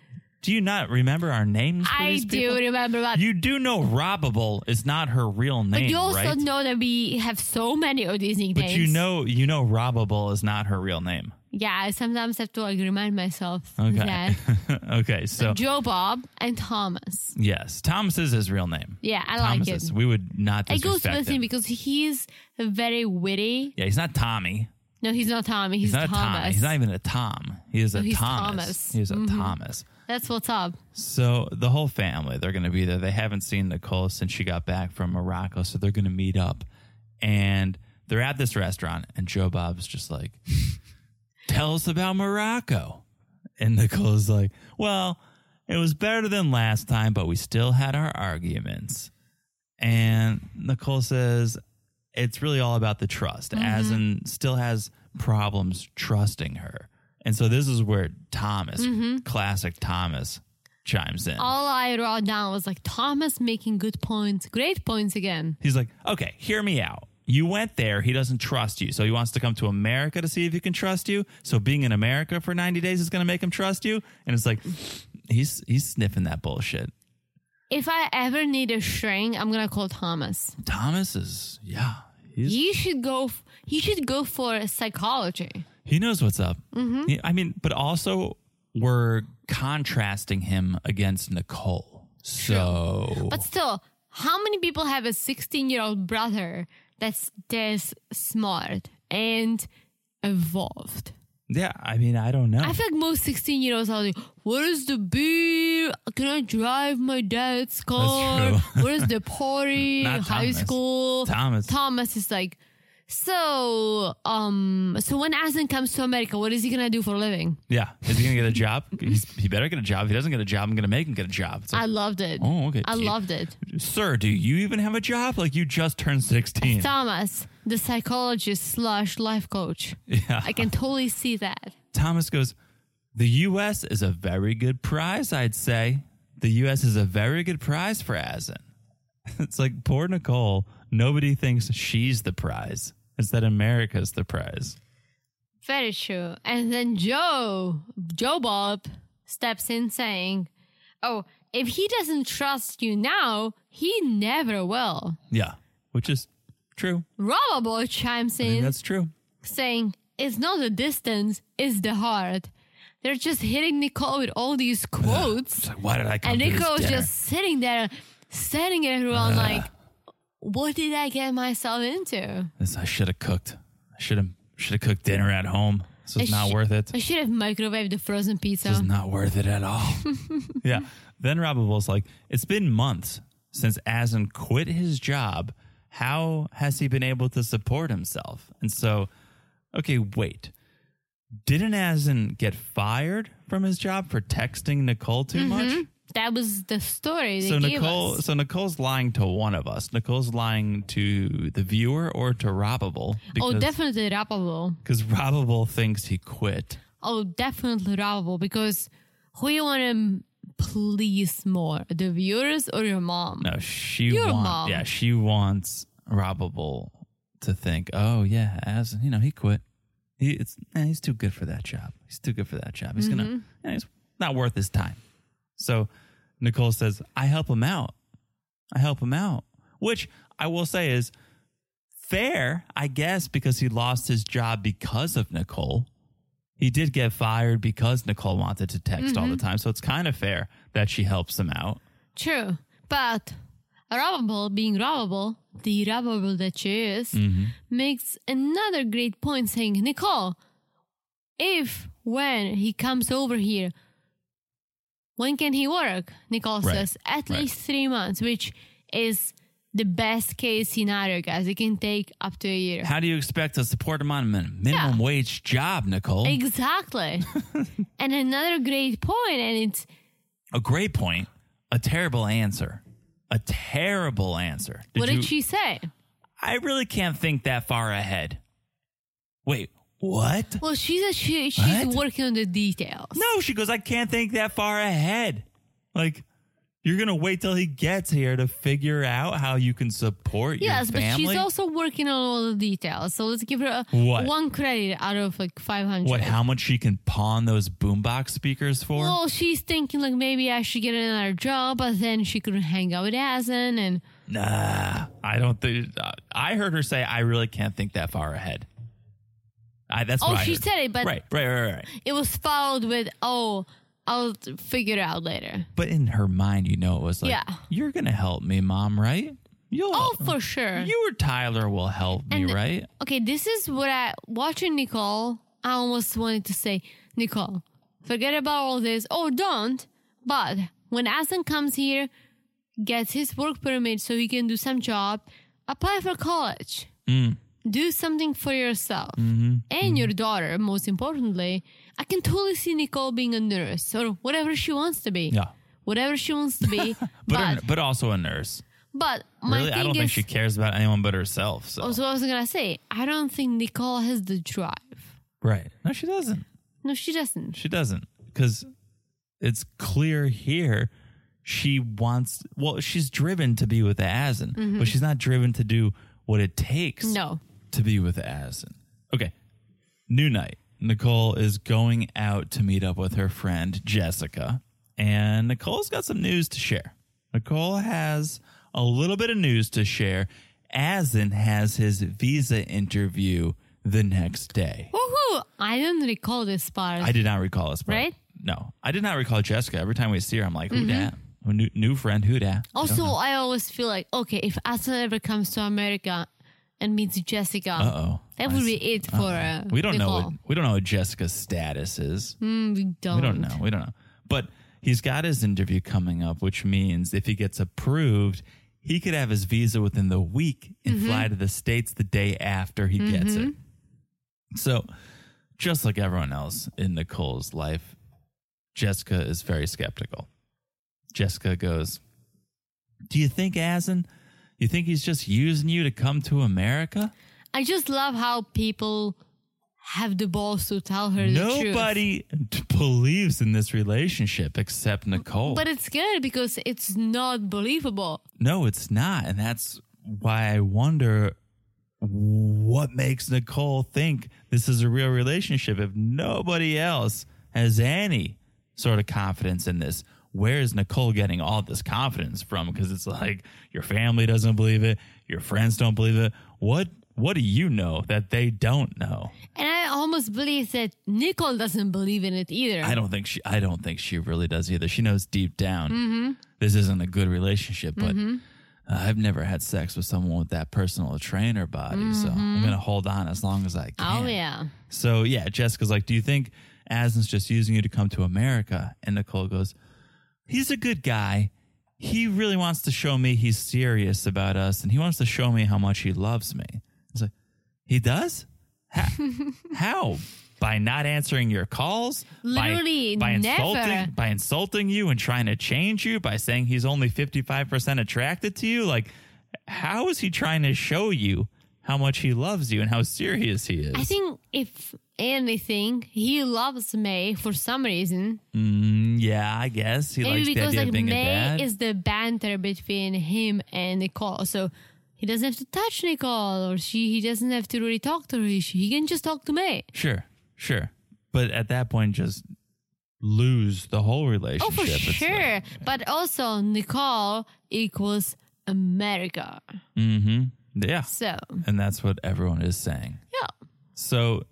Speaker 1: Do you not remember our names? For
Speaker 2: I
Speaker 1: these
Speaker 2: do
Speaker 1: people?
Speaker 2: remember that.
Speaker 1: You do know Robable is not her real name,
Speaker 2: but you also
Speaker 1: right?
Speaker 2: know that we have so many of these
Speaker 1: but
Speaker 2: nicknames.
Speaker 1: you know, you know, Robable is not her real name.
Speaker 2: Yeah, I sometimes have to like remind myself
Speaker 1: Okay.
Speaker 2: that.
Speaker 1: okay. So
Speaker 2: Joe Bob and Thomas.
Speaker 1: yes, Thomas is his real name.
Speaker 2: Yeah, I
Speaker 1: Thomas
Speaker 2: like it.
Speaker 1: is. We would not
Speaker 2: It goes
Speaker 1: disrespect
Speaker 2: with him
Speaker 1: him.
Speaker 2: because he's very witty.
Speaker 1: Yeah, he's not Tommy.
Speaker 2: No, he's not Tommy. He's,
Speaker 1: He's not a Tom.
Speaker 2: Thomas.
Speaker 1: He's not even a Tom. He is a
Speaker 2: he's
Speaker 1: Thomas.
Speaker 2: Thomas. Mm-hmm.
Speaker 1: He is a Thomas.
Speaker 2: That's what's up.
Speaker 1: So the whole family, they're going to be there. They haven't seen Nicole since she got back from Morocco, so they're going to meet up. And they're at this restaurant, and Joe Bob's just like, "Tell us about Morocco." And Nicole's like, "Well, it was better than last time, but we still had our arguments." And Nicole says, "It's really all about the trust." As in, still has problems trusting her. And so this is where Thomas, classic Thomas, chimes in.
Speaker 2: All I wrote down was like Thomas making good points, great points again.
Speaker 1: He's like, okay, hear me out. You went there. He doesn't trust you. So he wants to come to America to see if he can trust you. So being in America for 90 days is going to make him trust you. And it's like, he's, he's sniffing that bullshit.
Speaker 2: If I ever need a shrink, I'm gonna call Thomas.
Speaker 1: Thomas is, yeah, he's,
Speaker 2: He should go. f- He should go for psychology.
Speaker 1: he knows what's up.
Speaker 2: Mm-hmm.
Speaker 1: He- I mean, but also we're contrasting him against Nicole. So
Speaker 2: But still, how many people have a 16 year old brother that's this smart and evolved?
Speaker 1: yeah, I mean, I don't know.
Speaker 2: I feel like most 16 year olds are like, Where's the beer? Can I drive my dad's car?
Speaker 1: true.
Speaker 2: Where's the party?
Speaker 1: Not
Speaker 2: High
Speaker 1: Thomas.
Speaker 2: school?
Speaker 1: Thomas.
Speaker 2: Thomas is like, So, um, so when Asen comes to America, what is he gonna do for a living?
Speaker 1: yeah. Is he going to get a job? He's, he better get a job. If he doesn't get a job, I'm going to make him get a job. It's like,
Speaker 2: I loved it.
Speaker 1: Oh, okay.
Speaker 2: I
Speaker 1: Gee.
Speaker 2: loved it.
Speaker 1: sir, do you even have a job? Like you just turned 16.
Speaker 2: Thomas, the psychologist slash life coach.
Speaker 1: Yeah.
Speaker 2: I can totally see that.
Speaker 1: Thomas goes, the U.S. is a very good prize, I'd say. The U.S. is a very good prize for Asin. It's like poor Nicole. Nobody thinks she's the prize. It's that America's the prize.
Speaker 2: Very true. And then Joe, Joe Bob, steps in saying, Oh, if he doesn't trust you now, he never will.
Speaker 1: Yeah, which is true.
Speaker 2: Robable chimes
Speaker 1: I think
Speaker 2: in
Speaker 1: that's true.
Speaker 2: saying, It's not the distance, it's the heart. They're just hitting Nicole with all these
Speaker 1: It's
Speaker 2: quotes.
Speaker 1: like, why did I come
Speaker 2: and
Speaker 1: to this
Speaker 2: Nicole's
Speaker 1: dinner?
Speaker 2: just sitting there, staring at everyone
Speaker 1: Uh.
Speaker 2: like, What did I get myself into?
Speaker 1: This I should have cooked. I should have should have cooked dinner at home. This is
Speaker 2: I
Speaker 1: not
Speaker 2: sh-
Speaker 1: worth it.
Speaker 2: I should have microwaved the frozen pizza.
Speaker 1: This is not worth it at all. yeah. Then Robable's like, it's been months since Asin quit his job. How has he been able to support himself? And so, okay, wait. Didn't Asin get fired from his job for texting Nicole too much?
Speaker 2: That was the story Mm-hmm. they
Speaker 1: So
Speaker 2: gave
Speaker 1: Nicole,
Speaker 2: us.
Speaker 1: so Nicole's lying to one of us. Nicole's lying to the viewer or to Robable
Speaker 2: Oh,
Speaker 1: because
Speaker 2: definitely rappable.
Speaker 1: because Robable thinks he quit.
Speaker 2: Oh, definitely rappable because who you want to please more, the viewers or your mom?
Speaker 1: No, she
Speaker 2: Your
Speaker 1: wants.
Speaker 2: mom.
Speaker 1: Yeah, she wants Robable to think. Oh yeah, as you know, he quit. He, it's eh, he's too good for that job. He's too good for that job. He's gonna. eh, He's not worth his time. So Nicole says, "I help him out. I help him out," which I will say is fair, I guess, because he lost his job because of Nicole. He did get fired because Nicole wanted to text all the time. So it's kind of fair that she helps him out.
Speaker 2: True, but rappable being rappable, the rappable that she is,
Speaker 1: Mm.
Speaker 2: makes another great point saying, Nicole, if when he comes over here, when can he work? Nicole
Speaker 1: Right,
Speaker 2: says, at
Speaker 1: right.
Speaker 2: least three months, which is the best case scenario, guys. It can take up to a year.
Speaker 1: How do you expect to support him on a min- minimum
Speaker 2: Yeah.
Speaker 1: wage job, Nicole?
Speaker 2: Exactly. and another great point, and it's
Speaker 1: a great point. A terrible answer. A terrible answer.
Speaker 2: what
Speaker 1: you-
Speaker 2: did she say?
Speaker 1: I really can't think that far ahead. Wait, what?
Speaker 2: Well, she said she, she's
Speaker 1: What?
Speaker 2: working on the details.
Speaker 1: No, she goes, I can't think that far ahead. Like, you're going to wait till he gets here to figure out how you can support
Speaker 2: Yes,
Speaker 1: your
Speaker 2: but
Speaker 1: family.
Speaker 2: she's also working on all the details. So let's give her a,
Speaker 1: What?
Speaker 2: one credit out of like 500.
Speaker 1: what, how much she can pawn those boombox speakers for?
Speaker 2: Well, she's thinking like maybe I should get another job, but then she couldn't hang out with Asen and
Speaker 1: nah, I don't think. uh, I heard her say, I really can't think that far ahead. I, that's
Speaker 2: oh,
Speaker 1: what I
Speaker 2: she
Speaker 1: heard.
Speaker 2: said it, but
Speaker 1: Right, right, right, right.
Speaker 2: it was followed with oh, I'll figure it out later.
Speaker 1: But in her mind, you know, it was like,
Speaker 2: Yeah.
Speaker 1: you're going to help me, mom, right? You'll,
Speaker 2: Oh, for sure.
Speaker 1: you or Tyler will help me,
Speaker 2: And-
Speaker 1: right?
Speaker 2: okay, this is what I watching Nicole. I almost wanted to say, Nicole, forget about all this. Oh, don't. But when Asen comes here, gets his work permit so he can do some job, apply for college,
Speaker 1: Mm.
Speaker 2: do something for yourself
Speaker 1: Mm-hmm.
Speaker 2: and your daughter. Most importantly, I can totally see Nicole being a nurse or whatever she wants to be.
Speaker 1: Yeah.
Speaker 2: Whatever she wants to be,
Speaker 1: But,
Speaker 2: but
Speaker 1: a- but also a nurse.
Speaker 2: but my
Speaker 1: really,
Speaker 2: thing
Speaker 1: I don't
Speaker 2: is,
Speaker 1: think she cares about anyone but herself. So
Speaker 2: also, I was gonna say, I don't think Nicole has the drive.
Speaker 1: right, no, she doesn't.
Speaker 2: No, she doesn't.
Speaker 1: She doesn't because it's clear here she wants. Well, she's driven to be with Asin, but she's not driven to do what it takes.
Speaker 2: No.
Speaker 1: to be with Asin. Okay, new night. Nicole is going out to meet up with her friend Jessica, and Nicole's got some news to share. Nicole has a little bit of news to share. Asin has his visa interview the next day.
Speaker 2: Woohoo! I don't recall this part.
Speaker 1: I did not recall this, part.
Speaker 2: Right? Mm-hmm.
Speaker 1: No, I did not recall Jessica. Every time we see her, I'm like, who dat? Who New, new friend, who dat? I
Speaker 2: also, I always feel like, okay, if Aslan ever comes to America and meets Jessica,
Speaker 1: Uh-oh.
Speaker 2: that
Speaker 1: I
Speaker 2: would
Speaker 1: see.
Speaker 2: be it for uh,
Speaker 1: We don't know.
Speaker 2: Nicole.
Speaker 1: What, we don't know what Jessica's status is.
Speaker 2: Mm, we don't.
Speaker 1: We don't know. We don't know. But he's got his interview coming up, which means if he gets approved, he could have his visa within the week and
Speaker 2: Mm-hmm.
Speaker 1: fly to the States the day after he gets it.
Speaker 2: Mm-hmm.
Speaker 1: So, just like everyone else in Nicole's life, Jessica is very skeptical. Jessica goes, Do you think Asin, you think he's just using you to come to America?
Speaker 2: I just love how people have the balls to tell her the truth.
Speaker 1: Nobody believes in this relationship except Nicole.
Speaker 2: But it's good because it's not believable.
Speaker 1: No, it's not. And that's why I wonder what makes Nicole think this is a real relationship if nobody else has any sort of confidence in this. Where is Nicole getting all this confidence from? Because it's like your family doesn't believe it, your friends don't believe it. What what do you know that they don't know?
Speaker 2: And I almost believe that Nicole doesn't believe in it either.
Speaker 1: I don't think she. I don't think she really does either. She knows deep down
Speaker 2: Mm-hmm.
Speaker 1: this isn't a good relationship. But uh, I've never had sex with someone with that personal trainer body, so I'm gonna hold on as long as I can.
Speaker 2: Mm-hmm. oh, yeah.
Speaker 1: So yeah, Jessica's like, "Do you think Asin's just using you to come to America?" And Nicole goes, "He's a good guy. He really wants to show me he's serious about us, and he wants to show me how much he loves me." It's like, "He does? How? how? By not answering your calls? By-
Speaker 2: Literally
Speaker 1: by,
Speaker 2: never.
Speaker 1: insulting by insulting you and trying to change you by saying he's only fifty five percent attracted to you? Like, how is he trying to show you?" How much he loves you and how serious he is.
Speaker 2: I think if anything, he loves May for some reason.
Speaker 1: Mm, yeah, I guess he likes
Speaker 2: Maybe
Speaker 1: the
Speaker 2: because
Speaker 1: idea
Speaker 2: like
Speaker 1: of being a
Speaker 2: May
Speaker 1: dad.
Speaker 2: is the banter between him and Nicole, so he doesn't have to touch Nicole, or she he doesn't have to really talk to her. He he can just talk to May.
Speaker 1: sure, sure, but at that point, just lose the whole relationship.
Speaker 2: Oh, for
Speaker 1: It's like-
Speaker 2: sure. But also Nicole equals America.
Speaker 1: Mhm. Yeah,
Speaker 2: So
Speaker 1: and that's what everyone is saying.
Speaker 2: yeah,
Speaker 1: So,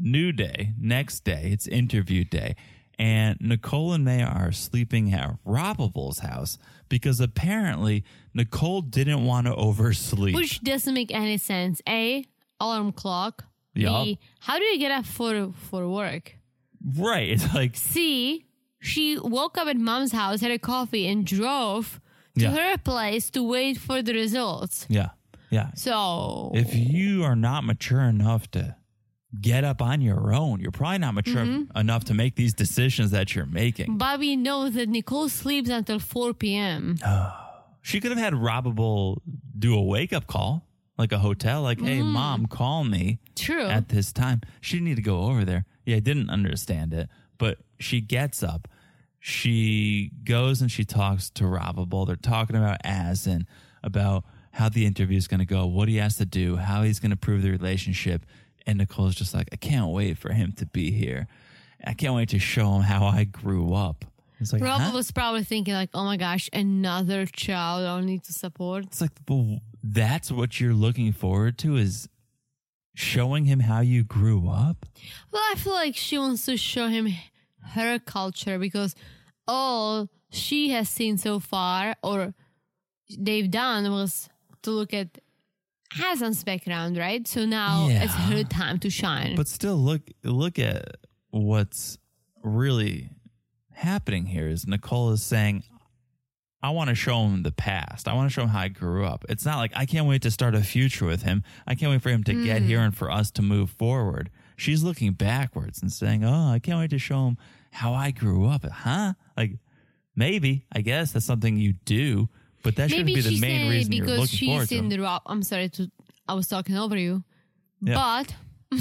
Speaker 1: new day, next day, it's interview day. And Nicole and May are sleeping at Robable's house because apparently Nicole didn't want to oversleep.
Speaker 2: which doesn't make any sense. A alarm clock.
Speaker 1: Yeah.
Speaker 2: B how do you get up for for work?
Speaker 1: right. It's like,
Speaker 2: C, she woke up at mom's house, had a coffee, and drove to
Speaker 1: Yeah.
Speaker 2: her place to wait for the results.
Speaker 1: yeah, yeah.
Speaker 2: So,
Speaker 1: if you are not mature enough to get up on your own, you're probably not mature enough to make these decisions that you're making.
Speaker 2: Bobby knows that Nicole sleeps until 4 p.m.
Speaker 1: Uh, She could have had Robable do a wake up call. like a hotel. Like, hey, mom, call me
Speaker 2: True.
Speaker 1: at this time. She didn't need to go over there. Yeah, I didn't understand it, but she gets up. She goes and she talks to Robable. They're talking about as and about how the interview is going to go, what he has to do, how he's going to prove the relationship. And Nicole's just like, I can't wait for him to be here. I can't wait to show him how I grew up. It's like,
Speaker 2: Rob
Speaker 1: huh?
Speaker 2: was probably thinking like, "Oh my gosh, another child I'll need to support."
Speaker 1: It's like well, that's what you're looking forward to is showing him how you grew up.
Speaker 2: Well, I feel like she wants to show him her culture because all she has seen so far or they've done was to look at Hassan's background, right? So now
Speaker 1: Yeah.
Speaker 2: it's her time to shine.
Speaker 1: But still, look look at what's really happening here. Is Nicole is saying, I want to show him the past. I want to show him how I grew up. It's not like I can't wait to start a future with him. I can't wait for him to get
Speaker 2: Mm.
Speaker 1: here and for us to move forward. She's looking backwards and saying, Oh, I can't wait to show him how I grew up. Huh? Like, maybe, I guess that's something you do, but that shouldn't
Speaker 2: Maybe
Speaker 1: be the
Speaker 2: she's
Speaker 1: main
Speaker 2: saying it
Speaker 1: reason you're
Speaker 2: because
Speaker 1: looking forward
Speaker 2: she's
Speaker 1: to
Speaker 2: in
Speaker 1: him.
Speaker 2: the Rob. I'm sorry to I was talking over you,
Speaker 1: Yeah.
Speaker 2: but.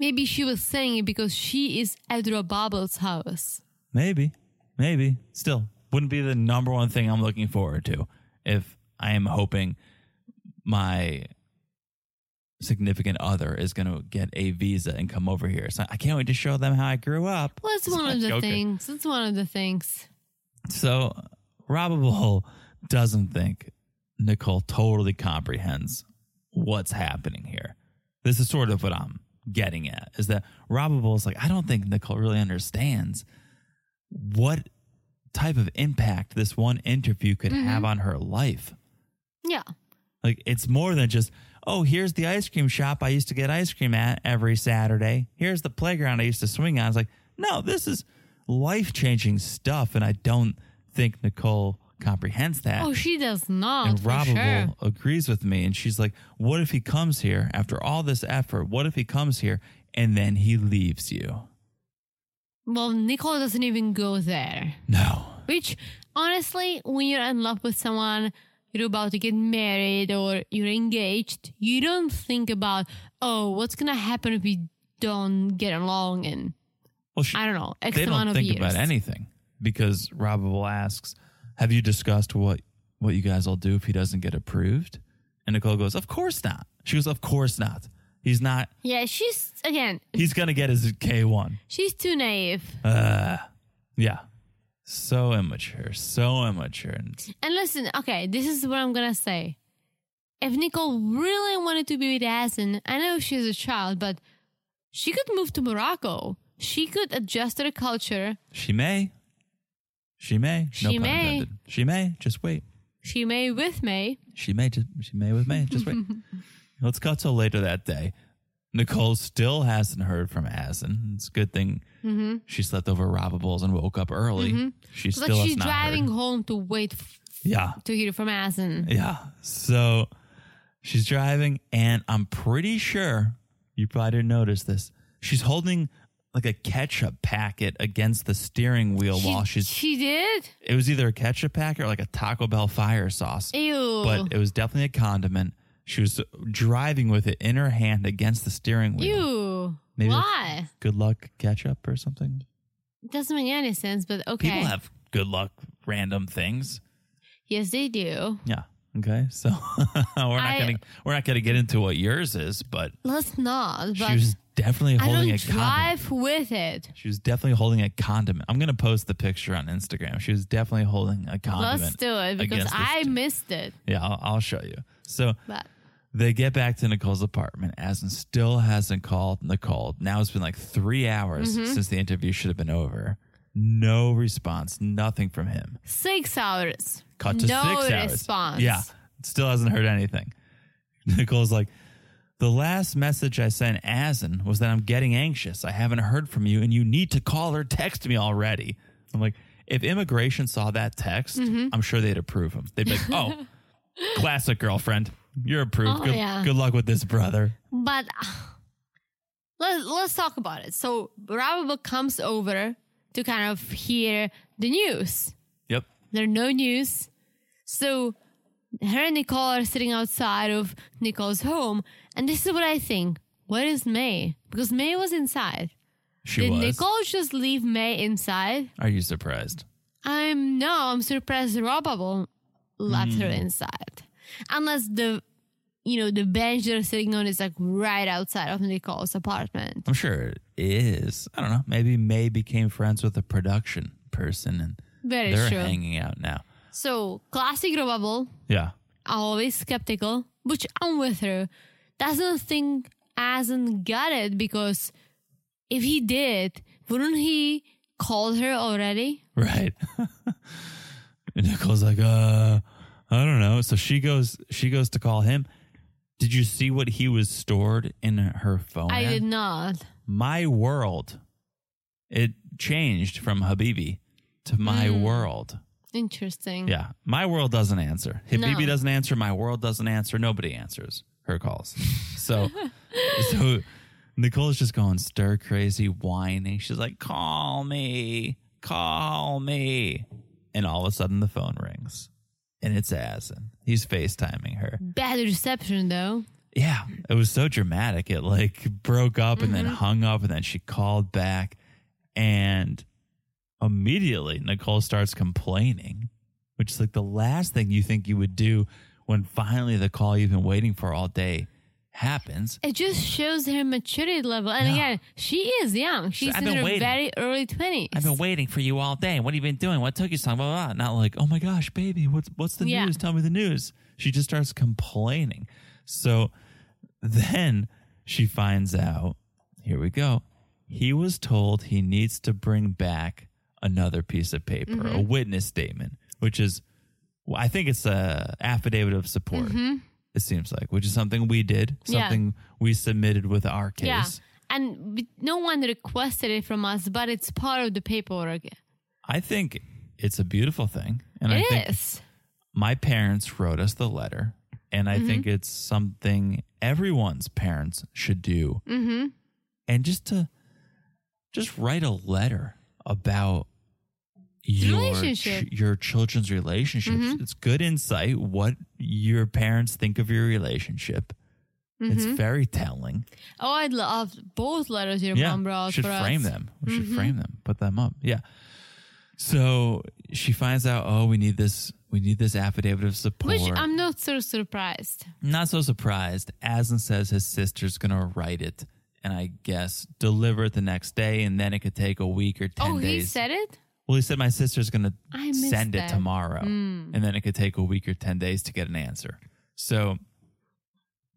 Speaker 2: Maybe she was saying it because she is at Rob Bubble's house.
Speaker 1: Maybe, maybe. Still, wouldn't be the number one thing I'm looking forward to if I am hoping my significant other is going to get a visa and come over here. So I can't wait to show them how I grew up.
Speaker 2: Well, it's one of the
Speaker 1: Okay.
Speaker 2: things. It's one of the things.
Speaker 1: So, Robable doesn't think Nicole totally comprehends what's happening here. This is sort of what I'm getting at is that Robable is like, I don't think Nicole really understands what type of impact this one interview could have on her life.
Speaker 2: Yeah.
Speaker 1: Like, it's more than just, oh, here's the ice cream shop I used to get ice cream at every Saturday. Here's the playground I used to swing on. It's like, no, this is life changing stuff. And I don't think Nicole comprehends that.
Speaker 2: Oh, she does not.
Speaker 1: and
Speaker 2: for
Speaker 1: Robable
Speaker 2: sure.
Speaker 1: agrees with me. And she's like, what if he comes here after all this effort? What if he comes here and then he leaves you?
Speaker 2: Well, Nicole doesn't even go there.
Speaker 1: No.
Speaker 2: Which, honestly, when you're in love with someone, you're about to get married or you're engaged, you don't think about, oh, what's going to happen if we don't get along in,
Speaker 1: Well, she,
Speaker 2: I don't know, X
Speaker 1: they
Speaker 2: amount
Speaker 1: don't
Speaker 2: of
Speaker 1: think
Speaker 2: years.
Speaker 1: about anything because Robable asks, "Have you discussed what what you guys will do if he doesn't get approved?" And Nicole goes, "Of course not." She goes, "Of course not. He's not.
Speaker 2: Yeah, she's, again,
Speaker 1: He's gonna get his K one."
Speaker 2: she's too naive.
Speaker 1: Uh. Yeah, so immature, so immature. And it's-
Speaker 2: And listen, okay, this is what I'm gonna say. If Nicole really wanted to be with Asin, I know she's a child, but she could move to Morocco. She could adjust her culture.
Speaker 1: she may, she may, no
Speaker 2: She
Speaker 1: pun
Speaker 2: may.
Speaker 1: intended. She may. Just wait.
Speaker 2: She may with me.
Speaker 1: She may just she may with May. Just wait. Let's cut till later that day. Nicole still hasn't heard from Asin. It's a good thing
Speaker 2: Mm-hmm.
Speaker 1: she slept over Robables and woke up early. She
Speaker 2: But
Speaker 1: still has
Speaker 2: Mm-hmm. she's
Speaker 1: not
Speaker 2: driving
Speaker 1: Heard.
Speaker 2: home to wait f-
Speaker 1: Yeah,
Speaker 2: to hear from Asin.
Speaker 1: yeah. So she's driving, and I'm pretty sure you probably didn't notice this. She's holding like a ketchup packet against the steering wheel while she's.
Speaker 2: she did?
Speaker 1: It was either a ketchup packet or like a Taco Bell fire sauce.
Speaker 2: Ew.
Speaker 1: but it was definitely a condiment. She was driving with it in her hand against the steering wheel.
Speaker 2: Ew.
Speaker 1: Maybe that's-
Speaker 2: Why?
Speaker 1: Good luck ketchup or something.
Speaker 2: Doesn't make any sense, but okay.
Speaker 1: People have good luck random things.
Speaker 2: yes, they do.
Speaker 1: Yeah. Okay. So we're not
Speaker 2: I-
Speaker 1: gonna we're not gonna get into what yours is, but,
Speaker 2: Let's not,
Speaker 1: she
Speaker 2: but
Speaker 1: was definitely
Speaker 2: I
Speaker 1: holding
Speaker 2: don't
Speaker 1: a condiment.
Speaker 2: drive with it.
Speaker 1: She was definitely holding a condiment. I'm gonna post the picture on Instagram. She was definitely holding a condiment.
Speaker 2: Let's do it because
Speaker 1: against the
Speaker 2: I
Speaker 1: steer-
Speaker 2: missed it.
Speaker 1: Yeah, I'll, I'll show you. So
Speaker 2: But
Speaker 1: They get back to Nicole's apartment. Asin still hasn't called Nicole. Now it's been like three hours since the interview should have been over. No response, nothing from him.
Speaker 2: six hours.
Speaker 1: Cut to
Speaker 2: no
Speaker 1: six hours.
Speaker 2: response.
Speaker 1: Yeah, still hasn't heard anything. Nicole's like, the last message I sent Asin was that I'm getting anxious. I haven't heard from you, and you need to call or text me already. I'm like, if immigration saw that text,
Speaker 2: Mm-hmm.
Speaker 1: I'm sure they'd approve him. They'd be like, oh, classic girlfriend. You're approved.
Speaker 2: Oh,
Speaker 1: good,
Speaker 2: yeah.
Speaker 1: good luck with this, brother.
Speaker 2: But uh, let, let's talk about it. So Rabobo comes over to kind of hear the news.
Speaker 1: Yep.
Speaker 2: There are no news. So her and Nicole are sitting outside of Nicole's home, and this is what I think. Where is May? Because May was inside.
Speaker 1: She
Speaker 2: Did
Speaker 1: was.
Speaker 2: Nicole just leave May inside?
Speaker 1: Are you surprised?
Speaker 2: I'm no, I'm surprised Robable left her
Speaker 1: Hmm.
Speaker 2: inside. Unless the you know, the bench they're sitting on is like right outside of Nicole's apartment.
Speaker 1: I'm sure it is. I don't know. Maybe May became friends with a production person and
Speaker 2: Very
Speaker 1: they're
Speaker 2: true.
Speaker 1: hanging out now.
Speaker 2: So classic Robable,
Speaker 1: Yeah.
Speaker 2: always skeptical, which I'm with her. Doesn't think hasn't got it because if he did, wouldn't he call her already?
Speaker 1: Right. and Nicole's like, uh, I don't know. So she goes she goes to call him. Did you see what he was stored in her phone?
Speaker 2: I
Speaker 1: at?
Speaker 2: did not.
Speaker 1: my world. It changed from Habibi to my world.
Speaker 2: Interesting.
Speaker 1: Yeah. My world doesn't answer. Habibi
Speaker 2: No.
Speaker 1: doesn't answer. My world doesn't answer. Nobody answers her calls. So, so Nicole's just going stir crazy, whining. She's like, call me, call me. And all of a sudden the phone rings and it's Asin. He's FaceTiming her.
Speaker 2: Bad reception though.
Speaker 1: Yeah, it was so dramatic. It like broke up and then hung up, and then she called back, and immediately Nicole starts complaining, which is like the last thing you think you would do when finally the call you've been waiting for all day happens.
Speaker 2: It just shows her maturity level. And
Speaker 1: Yeah.
Speaker 2: again, she is young. She's
Speaker 1: I've
Speaker 2: in
Speaker 1: been
Speaker 2: her
Speaker 1: waiting.
Speaker 2: very early 20s.
Speaker 1: I've been waiting for you all day. What have you been doing? What took you so long? Blah, blah, blah. Not like, oh my gosh, baby, what's what's the
Speaker 2: Yeah.
Speaker 1: news? Tell me the news. She just starts complaining. So then she finds out. Here we go. He was told he needs to bring back another piece of paper, a
Speaker 2: Mm-hmm.
Speaker 1: witness statement, which is, well, I think it's a affidavit of support. It seems like, which is something we did,
Speaker 2: Mm-hmm. Yeah.
Speaker 1: something we submitted with our case.
Speaker 2: yeah. And we- no one requested it from us, but it's part of the paperwork. It
Speaker 1: I think it's a beautiful thing, and
Speaker 2: is.
Speaker 1: I think my parents wrote us the letter, and I think
Speaker 2: Mm-hmm.
Speaker 1: it's something everyone's parents should do. Mm-hmm. And just to just write a letter about your
Speaker 2: Relationship. Mm-hmm.
Speaker 1: ch- your children's relationships. It's good insight what your parents think of your relationship. It's
Speaker 2: Mm-hmm.
Speaker 1: very telling.
Speaker 2: Oh, I love both letters your mom brought
Speaker 1: should
Speaker 2: for us. Mm-hmm.
Speaker 1: frame them. We should frame them. Put them up. Yeah. So she finds out. Oh, we need this. We need this affidavit of support.
Speaker 2: Which I'm not so surprised.
Speaker 1: Not so surprised. Asin says his sister's going to write it and I guess deliver it the next day and then it could take a week or 10
Speaker 2: oh,
Speaker 1: days.
Speaker 2: he said it?
Speaker 1: well, he said my sister's going to
Speaker 2: I missed
Speaker 1: send
Speaker 2: that. Hmm.
Speaker 1: it tomorrow and then it could take a week or 10 days to get an answer. So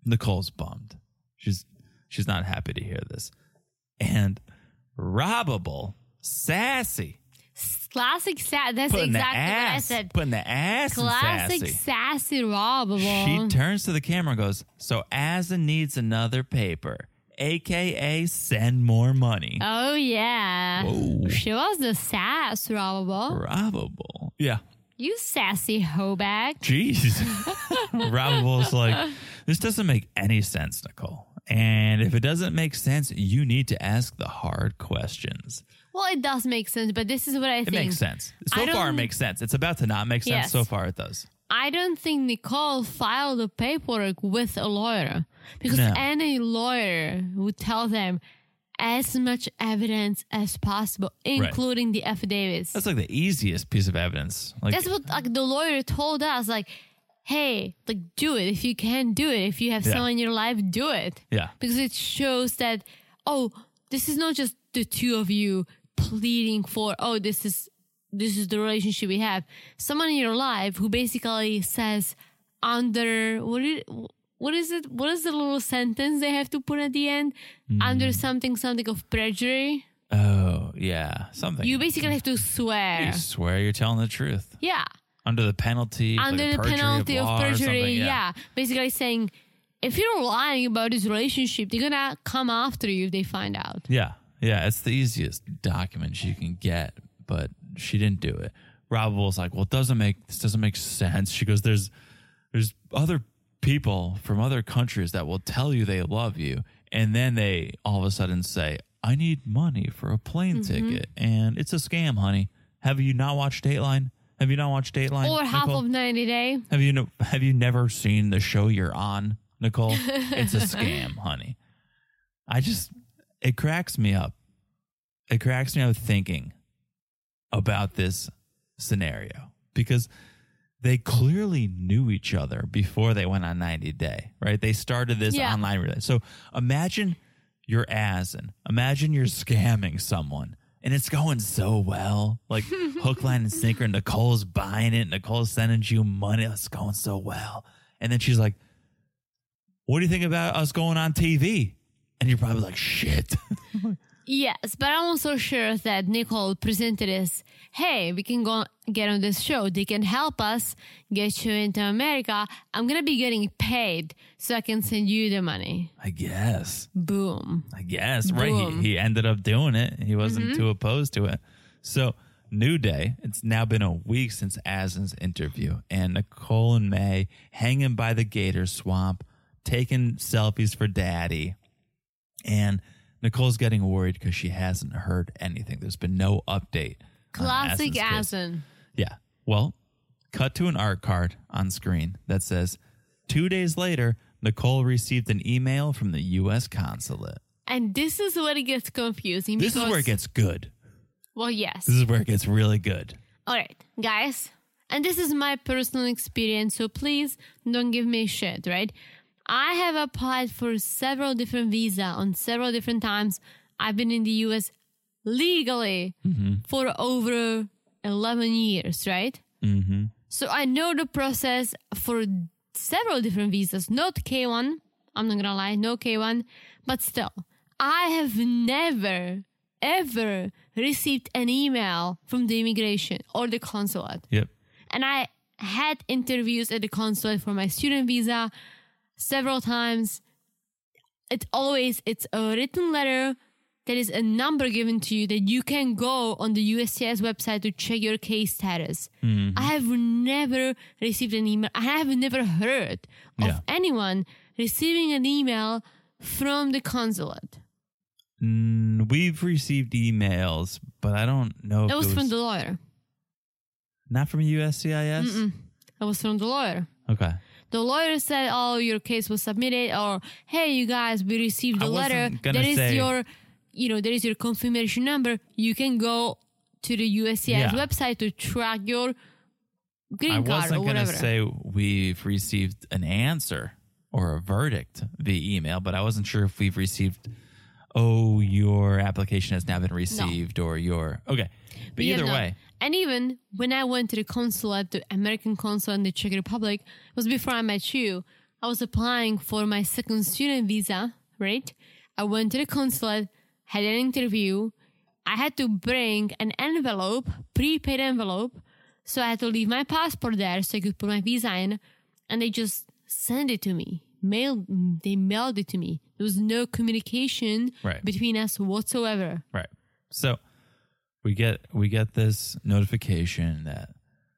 Speaker 1: Nicole's bummed. She's she's not happy to hear this. And Robable, sassy.
Speaker 2: Classic sass. That's
Speaker 1: Putting
Speaker 2: exactly
Speaker 1: the
Speaker 2: what I
Speaker 1: ass,
Speaker 2: said.
Speaker 1: Putting the ass in
Speaker 2: Classic
Speaker 1: sassy.
Speaker 2: sassy
Speaker 1: She
Speaker 2: robable.
Speaker 1: turns to the camera and goes, So Asa needs another paper, AKA send more money.
Speaker 2: oh, yeah.
Speaker 1: Whoa.
Speaker 2: She was the sass robable.
Speaker 1: Probable. Yeah.
Speaker 2: You sassy hoe bag.
Speaker 1: Jeez. Probable's like, This doesn't make any sense, Nicole. And if it doesn't make sense, you need to ask the hard questions.
Speaker 2: Well, it does make sense, but this is what I
Speaker 1: It
Speaker 2: think.
Speaker 1: makes sense. So
Speaker 2: I
Speaker 1: far, it
Speaker 2: don't-
Speaker 1: makes sense. It's about to not make sense.
Speaker 2: Yes.
Speaker 1: So far, it does.
Speaker 2: I don't think Nicole filed the paperwork with a lawyer because
Speaker 1: No.
Speaker 2: any lawyer would tell them as much evidence as possible, including the affidavits.
Speaker 1: That's like the easiest piece of evidence. Like,
Speaker 2: That's what like the lawyer told us. Like, hey, like do it if you can do it. If you have
Speaker 1: Yeah.
Speaker 2: someone in your life, do it.
Speaker 1: yeah.
Speaker 2: because it shows that oh this is not just the two of you pleading for oh this is this is the relationship we have someone in your life who basically says under what it what is it what is the little sentence they have to put at the end
Speaker 1: Mm.
Speaker 2: under something something of perjury
Speaker 1: Oh, yeah. Something.
Speaker 2: you basically have to swear
Speaker 1: you swear you're telling the truth.
Speaker 2: yeah
Speaker 1: under the penalty of, like,
Speaker 2: under
Speaker 1: a
Speaker 2: the
Speaker 1: perjury
Speaker 2: penalty of,
Speaker 1: law or
Speaker 2: perjury
Speaker 1: something,
Speaker 2: yeah. basically saying if you're lying about this relationship they're gonna come after you if they find out
Speaker 1: yeah yeah it's the easiest document you can get but she didn't do it rob was like well it doesn't make this doesn't make sense she goes there's there's other people from other countries that will tell you they love you and then they all of a sudden say i
Speaker 2: Mm-hmm.
Speaker 1: need money for a plane ticket and it's a scam honey have you not watched dateline Have you not watched Dateline?
Speaker 2: Or half
Speaker 1: Nicole?
Speaker 2: of 90 Day.
Speaker 1: Have you no, have you never seen the show you're on, Nicole? it's a scam, honey. I just it cracks me up. It cracks me up thinking about this scenario because they clearly knew each other before they went on 90 Day, right? They started this
Speaker 2: Yeah.
Speaker 1: online relationship. So imagine you're assing. Imagine you're scamming someone and it's going so well. Like hook, line, and sinker. Nicole's buying it. Nicole's sending you money. It's going so well. And then she's like, What do you think about us going on TV? And you're probably like, Shit.
Speaker 2: Yes, but I'm also sure that Nicole presented as, hey, we can go get on this show. They can help us get you into America. I'm going to be getting paid so I can send you the money.
Speaker 1: I guess.
Speaker 2: Boom.
Speaker 1: I guess right.
Speaker 2: Boom. Mm-hmm.
Speaker 1: He, he ended up doing it. He wasn't too opposed to it. So New Day. It's now been a week since Asin's interview, and Nicole and May hanging by the Gator Swamp, taking selfies for Daddy, and Nicole's getting worried because she hasn't heard anything. There's been no update. on Asin's
Speaker 2: Classic
Speaker 1: case.
Speaker 2: Asin.
Speaker 1: Yeah. Well, cut to an art card on screen that says, two days later, Nicole received an email from the U.S. consulate.
Speaker 2: And this is where it gets confusing.
Speaker 1: This is
Speaker 2: because-
Speaker 1: where it gets good.
Speaker 2: Well, yes.
Speaker 1: This is where it gets really good.
Speaker 2: All right, guys. And this is my personal experience, so please don't give me shit, right? I have applied for several different visa on several different times. I've been in the US legally for over 11 years, right?
Speaker 1: Mm-hmm.
Speaker 2: So I know the process for several different visas, not K1. I'm not gonna lie, no K1, but still, I have never, ever received an email from the immigration or the consulate.
Speaker 1: Yep.
Speaker 2: And I had interviews at the consulate for my student visa several times. It's always it's a written letter. There is a number given to you that you can go on the USCIS website to check your case status. I have never received an email. I have never heard of
Speaker 1: Yeah.
Speaker 2: anyone receiving an email from the consulate.
Speaker 1: Mm, we've received emails, but I don't know. if
Speaker 2: That
Speaker 1: it
Speaker 2: was from the lawyer.
Speaker 1: not from USCIS.
Speaker 2: That was from the lawyer.
Speaker 1: Okay.
Speaker 2: the lawyer said, "Oh, your case was submitted," or "Hey, you guys, we received
Speaker 1: I
Speaker 2: the
Speaker 1: wasn't
Speaker 2: letter.
Speaker 1: gonna
Speaker 2: There is
Speaker 1: say-
Speaker 2: your, you know, there is your confirmation number. You can go to the USCIS
Speaker 1: Yeah.
Speaker 2: website to track your
Speaker 1: I
Speaker 2: green card or
Speaker 1: wasn't gonna
Speaker 2: whatever."
Speaker 1: say we've received an answer or a verdict via email, but I wasn't sure if we've received. Oh, your application has now been received, or your okay. But
Speaker 2: We have
Speaker 1: either
Speaker 2: not.
Speaker 1: way,
Speaker 2: and even when I went to the consulate, the American consulate in the Czech Republic, it was before I met you. I was applying for my second student visa, right? I went to the consulate, had an interview. I had to bring an envelope, prepaid envelope, so I had to leave my passport there so I could put my visa in, and they just sent it to me. Mail, they mailed it to me. There was no communication
Speaker 1: Right.
Speaker 2: between us whatsoever.
Speaker 1: Right. So we get we get this notification that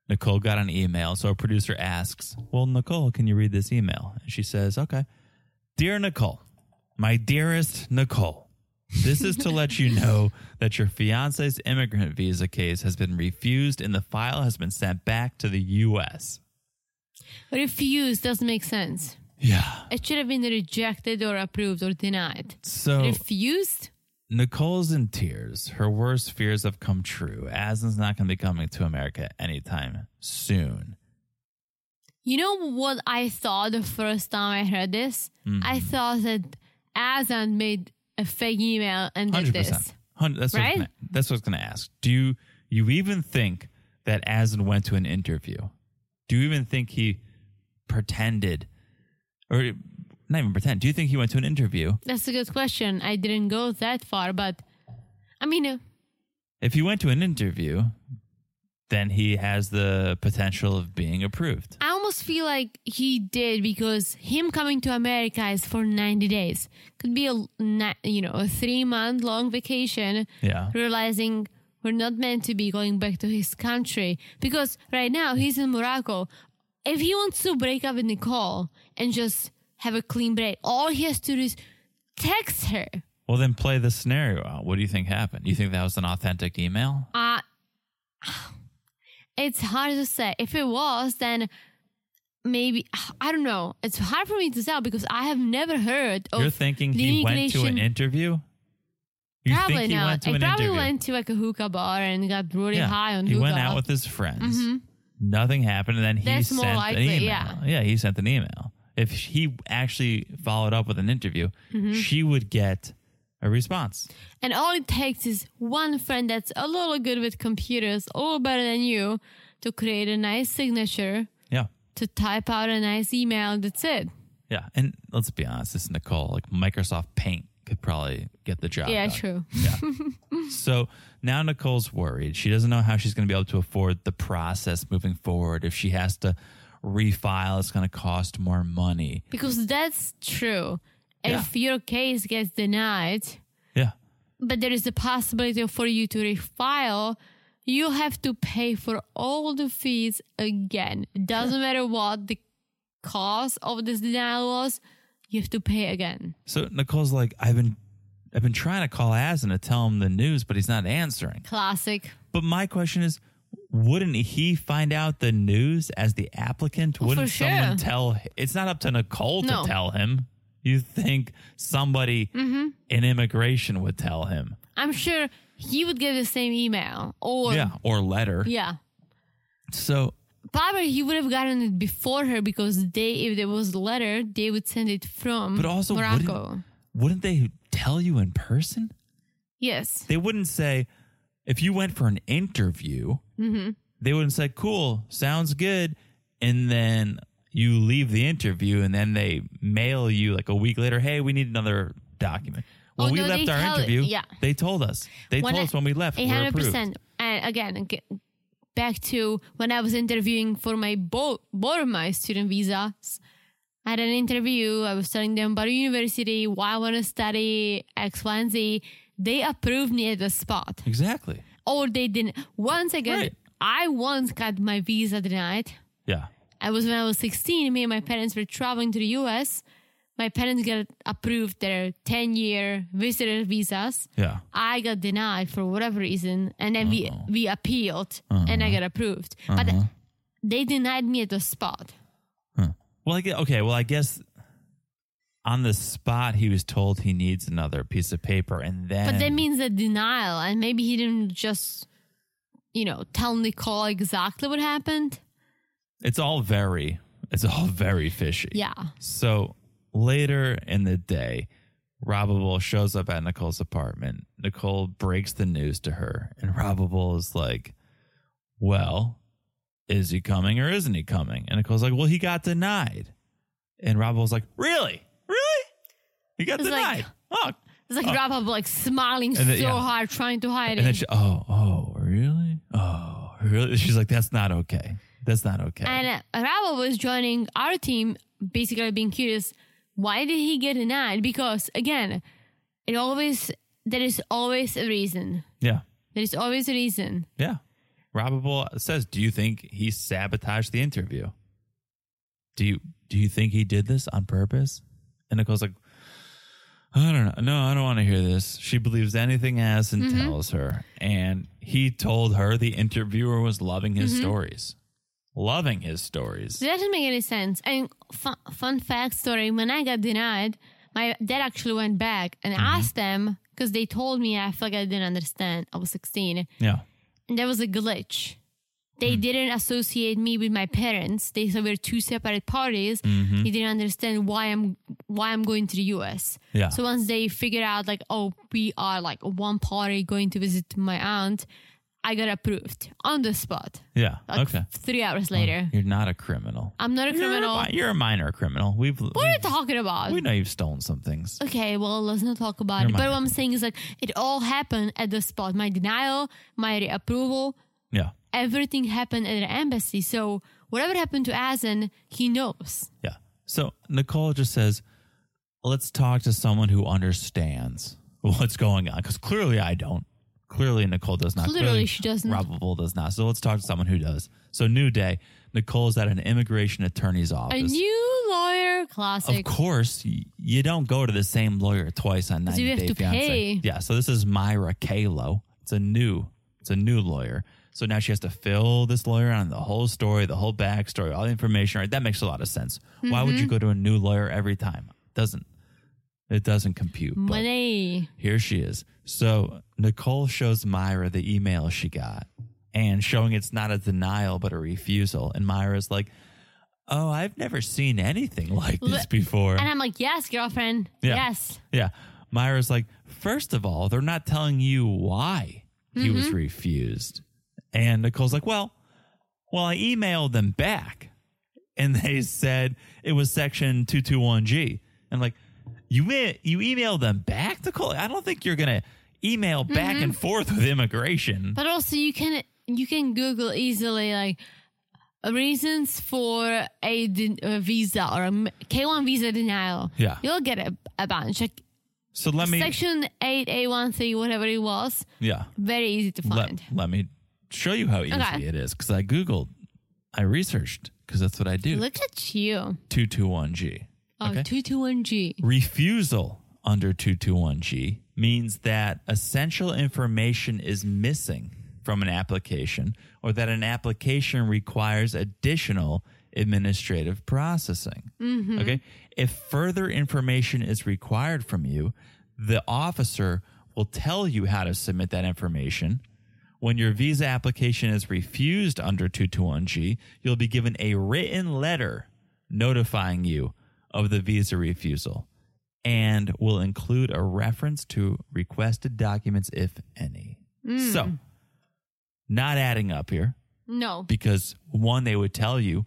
Speaker 1: Nicole got an email. So our producer asks, "Well, Nicole, can you read this email?" And she says, "Okay, dear Nicole, my dearest Nicole." This is to let you know that your fiance's immigrant visa case has been refused and the file has been sent back to the US.
Speaker 2: Refuse doesn't make sense.
Speaker 1: Yeah.
Speaker 2: It should have been rejected or approved or denied.
Speaker 1: So
Speaker 2: Refused?
Speaker 1: Nicole's in tears. Her worst fears have come true. Asin's not going to be coming to America anytime soon.
Speaker 2: You know what I thought the first time I heard this?
Speaker 1: Mm-hmm.
Speaker 2: I thought that Azan made a fake email and did
Speaker 1: Hundred
Speaker 2: this.
Speaker 1: percent. Hun- That's what I was
Speaker 2: Right?
Speaker 1: gonna- that's what I was going to ask. Do you you even think that Asin went to an interview? Do you even think he pretended, or not even pretend? Do you think he went to an interview?
Speaker 2: That's a good question. I didn't go that far, but I mean, uh,
Speaker 1: If he went to an interview, then he has the potential of being approved.
Speaker 2: I almost feel like he did because him coming to America is for 90 days. Could be a ni- you know, a 3 month long vacation.
Speaker 1: Yeah.
Speaker 2: realizing we're not meant to be going back to his country because right now he's in Morocco. If he wants to break up with Nicole and just have a clean break, all he has to do is text her.
Speaker 1: Well, then play the scenario out. What do you think happened? You think that was an authentic email?
Speaker 2: Uh, It's hard to say. If it was, then maybe I don't know. It's hard for me to tell because I have never heard of
Speaker 1: You're thinking
Speaker 2: Oh, the
Speaker 1: he went to an
Speaker 2: Ignition-
Speaker 1: interview? You
Speaker 2: probably
Speaker 1: think he
Speaker 2: not.
Speaker 1: went to
Speaker 2: I
Speaker 1: an
Speaker 2: probably
Speaker 1: interview?
Speaker 2: went to like a hookah bar and got really
Speaker 1: yeah.
Speaker 2: high on
Speaker 1: he
Speaker 2: hookah.
Speaker 1: went out with his friends.
Speaker 2: Mhm.
Speaker 1: Nothing happened, and then he
Speaker 2: That's
Speaker 1: sent
Speaker 2: more likely,
Speaker 1: an email.
Speaker 2: yeah.
Speaker 1: he sent an email. If he actually followed up with an interview,
Speaker 2: Mm-hmm.
Speaker 1: she would get a response.
Speaker 2: And all it takes is one friend that's a little good with computers, a little better than you, to create a nice signature,
Speaker 1: Yeah.
Speaker 2: to type out a nice email. That's it.
Speaker 1: Yeah, and let's be honest, this is Nicole. Like Microsoft Paint could probably get the job.
Speaker 2: yeah,
Speaker 1: done.
Speaker 2: true.
Speaker 1: So now Nicole's worried. She doesn't know how she's going to be able to afford the process moving forward. If she has to refile, it's going to cost more money.
Speaker 2: Because that's true. If your case gets denied,
Speaker 1: Yeah,
Speaker 2: but there is a possibility for you to refile, you have to pay for all the fees again. It doesn't matter what the cause of this denial was, you have to pay again.
Speaker 1: So Nicole's like, I've been I've been trying to call Asin to tell him the news, but he's not answering.
Speaker 2: Classic.
Speaker 1: But my question is, wouldn't he find out the news as the applicant? Wouldn't
Speaker 2: Oh, for
Speaker 1: someone
Speaker 2: sure.
Speaker 1: tell it's not up to Nicole
Speaker 2: No.
Speaker 1: to tell him. You think somebody
Speaker 2: Mm-hmm.
Speaker 1: in immigration would tell him.
Speaker 2: I'm sure he would get the same email or
Speaker 1: yeah. Or letter.
Speaker 2: yeah.
Speaker 1: So
Speaker 2: Probably he would have gotten it before her because they, if there was a letter, they would send it from
Speaker 1: But also, wouldn't-
Speaker 2: Morocco.
Speaker 1: wouldn't they tell you in person?
Speaker 2: Yes.
Speaker 1: They wouldn't say if you went for an interview,
Speaker 2: Mm-hmm.
Speaker 1: they wouldn't say, Cool, sounds good. And then you leave the interview and then they mail you like a week later, hey, we need another document. When
Speaker 2: Oh,
Speaker 1: we
Speaker 2: no,
Speaker 1: left
Speaker 2: they
Speaker 1: our
Speaker 2: tell-
Speaker 1: interview,
Speaker 2: yeah.
Speaker 1: they told us. They
Speaker 2: When
Speaker 1: told
Speaker 2: I-
Speaker 1: us when we left.
Speaker 2: Eight
Speaker 1: we're
Speaker 2: hundred
Speaker 1: approved.
Speaker 2: percent. And again, g- back to when I was interviewing for my both both of my student visas. I had an interview. I was telling them about university, why I want to study X, Y, and Z. They approved me at the spot,
Speaker 1: Exactly.
Speaker 2: or they didn't. Once again,
Speaker 1: Right.
Speaker 2: I once got my visa denied.
Speaker 1: Yeah.
Speaker 2: I was when I was 16. Me and my parents were traveling to the U.S. My parents got approved their 10-year visitor visas.
Speaker 1: Yeah.
Speaker 2: I got denied for whatever reason, and then
Speaker 1: Uh-huh.
Speaker 2: we we appealed, and I got approved. But they denied me at the spot.
Speaker 1: Well, I guess, okay. Well, I guess on the spot, he was told he needs another piece of paper. And then.
Speaker 2: But that means a denial, and maybe he didn't just, you know, tell Nicole exactly what happened.
Speaker 1: it's all very it's all very fishy.
Speaker 2: Yeah.
Speaker 1: So later in the day, Robable shows up at Nicole's apartment. Nicole breaks the news to her, and Robable is like, Well, is he coming or isn't he coming? And Nicole's like, Well, he got denied. And Robable's like, Really? Really? He got
Speaker 2: It's
Speaker 1: denied.
Speaker 2: like-
Speaker 1: oh.
Speaker 2: It's like Rob Rob like smiling
Speaker 1: And then-
Speaker 2: so
Speaker 1: yeah.
Speaker 2: hard, trying to hide
Speaker 1: And then
Speaker 2: it.
Speaker 1: she, oh, oh, really? Oh, really? She's like, That's not okay. That's not okay.
Speaker 2: and uh, Rob was joining our team, basically being curious. Why did he get denied? Because again, it always there is always a reason.
Speaker 1: yeah.
Speaker 2: There is always a reason.
Speaker 1: Yeah. Robable says, "Do you think he sabotaged the interview? Do you do you think he did this on purpose?" And Nicole's like, "I don't know. No, I don't want to hear this." She believes anything Addison
Speaker 2: Mm-hmm.
Speaker 1: tells her, and he told her the interviewer was loving
Speaker 2: Mm-hmm.
Speaker 1: his stories, loving his stories.
Speaker 2: So that doesn't make any sense. And fun, fun fact story: when I got denied, my dad actually went back and
Speaker 1: Mm-hmm.
Speaker 2: asked them because they told me I felt like I didn't understand. I was 16,
Speaker 1: Yeah,
Speaker 2: and there was a glitch.
Speaker 1: Hmm.
Speaker 2: They didn't associate me with my parents. They said we're two separate parties.
Speaker 1: Mm-hmm.
Speaker 2: They didn't understand why I'm why I'm going to the U.S.
Speaker 1: yeah,
Speaker 2: So once they figured out, like, oh, we are like one party going to visit my aunt, I got approved on the spot.
Speaker 1: yeah.
Speaker 2: Like
Speaker 1: okay,
Speaker 2: three hours later.
Speaker 1: you're not a criminal.
Speaker 2: I'm not a
Speaker 1: You're a
Speaker 2: criminal.
Speaker 1: mi- You're a minor criminal. We've
Speaker 2: What are you talking about? Uh,
Speaker 1: we know you've stolen some things.
Speaker 2: Okay, well, let's not talk about
Speaker 1: You're
Speaker 2: it. But
Speaker 1: minor.
Speaker 2: what I'm saying is like it all happened at the spot. My denial, my approval,
Speaker 1: Yeah,
Speaker 2: everything happened at the embassy. So whatever happened to Asen, he knows.
Speaker 1: Yeah. So Nicole just says, let's talk to someone who understands what's going on. Because clearly I don't. Clearly Nicole does not.
Speaker 2: Clearly she doesn't.
Speaker 1: Probable does not. So let's talk to someone who does. So new day. Nicole's at an immigration attorney's
Speaker 2: A
Speaker 1: office.
Speaker 2: new lawyer
Speaker 1: of
Speaker 2: classic.
Speaker 1: course, y- you don't go to the same lawyer twice on 90
Speaker 2: you have
Speaker 1: Day
Speaker 2: to
Speaker 1: Fiance.
Speaker 2: pay.
Speaker 1: Yeah. So this is Myra Kalo. It's a new It's a new lawyer. So now she has to fill this lawyer on the whole story, the whole backstory, all the information. Right? That makes a lot of sense. Why
Speaker 2: Mm-hmm.
Speaker 1: would you go to a new lawyer every time? Doesn't it doesn't compute. but-
Speaker 2: Money.
Speaker 1: here she is. So Nicole shows Myra the email she got and showing it's not a denial but a refusal. And Myra's like, Oh, I've never seen anything like this
Speaker 2: Le-
Speaker 1: before.
Speaker 2: And I'm like, yes, girlfriend.
Speaker 1: Yeah.
Speaker 2: Yes.
Speaker 1: Yeah. Myra's like, First of all, they're not telling you why he was
Speaker 2: Mm-hmm.
Speaker 1: refused. And Nicole's like, Well, well, I emailed them back and they said it was section 221G. And like, you e- you emailed them back, Nicole? I don't think you're going to email back
Speaker 2: Mm-hmm.
Speaker 1: and forth with immigration.
Speaker 2: But also you can you can Google easily like reasons for a, den- a visa or a K one visa denial.
Speaker 1: Yeah.
Speaker 2: You'll get a, a bunch. Like
Speaker 1: So let me,
Speaker 2: section eight A one three whatever it was.
Speaker 1: yeah.
Speaker 2: Very easy to find.
Speaker 1: Let, let me show you how easy
Speaker 2: Okay.
Speaker 1: it is because I Googled, I researched because that's what I do.
Speaker 2: Look at you.
Speaker 1: 221G.
Speaker 2: Oh,
Speaker 1: Okay.
Speaker 2: two two one G.
Speaker 1: Refusal under 221G means that essential information is missing from an application or that an application requires additional administrative processing. Okay. If further information is required from you, the officer will tell you how to submit that information. When your visa application is refused under 221G, you'll be given a written letter notifying you of the visa refusal and will include a reference to requested documents, if any. So, not adding up here
Speaker 2: No.
Speaker 1: because one, they would tell you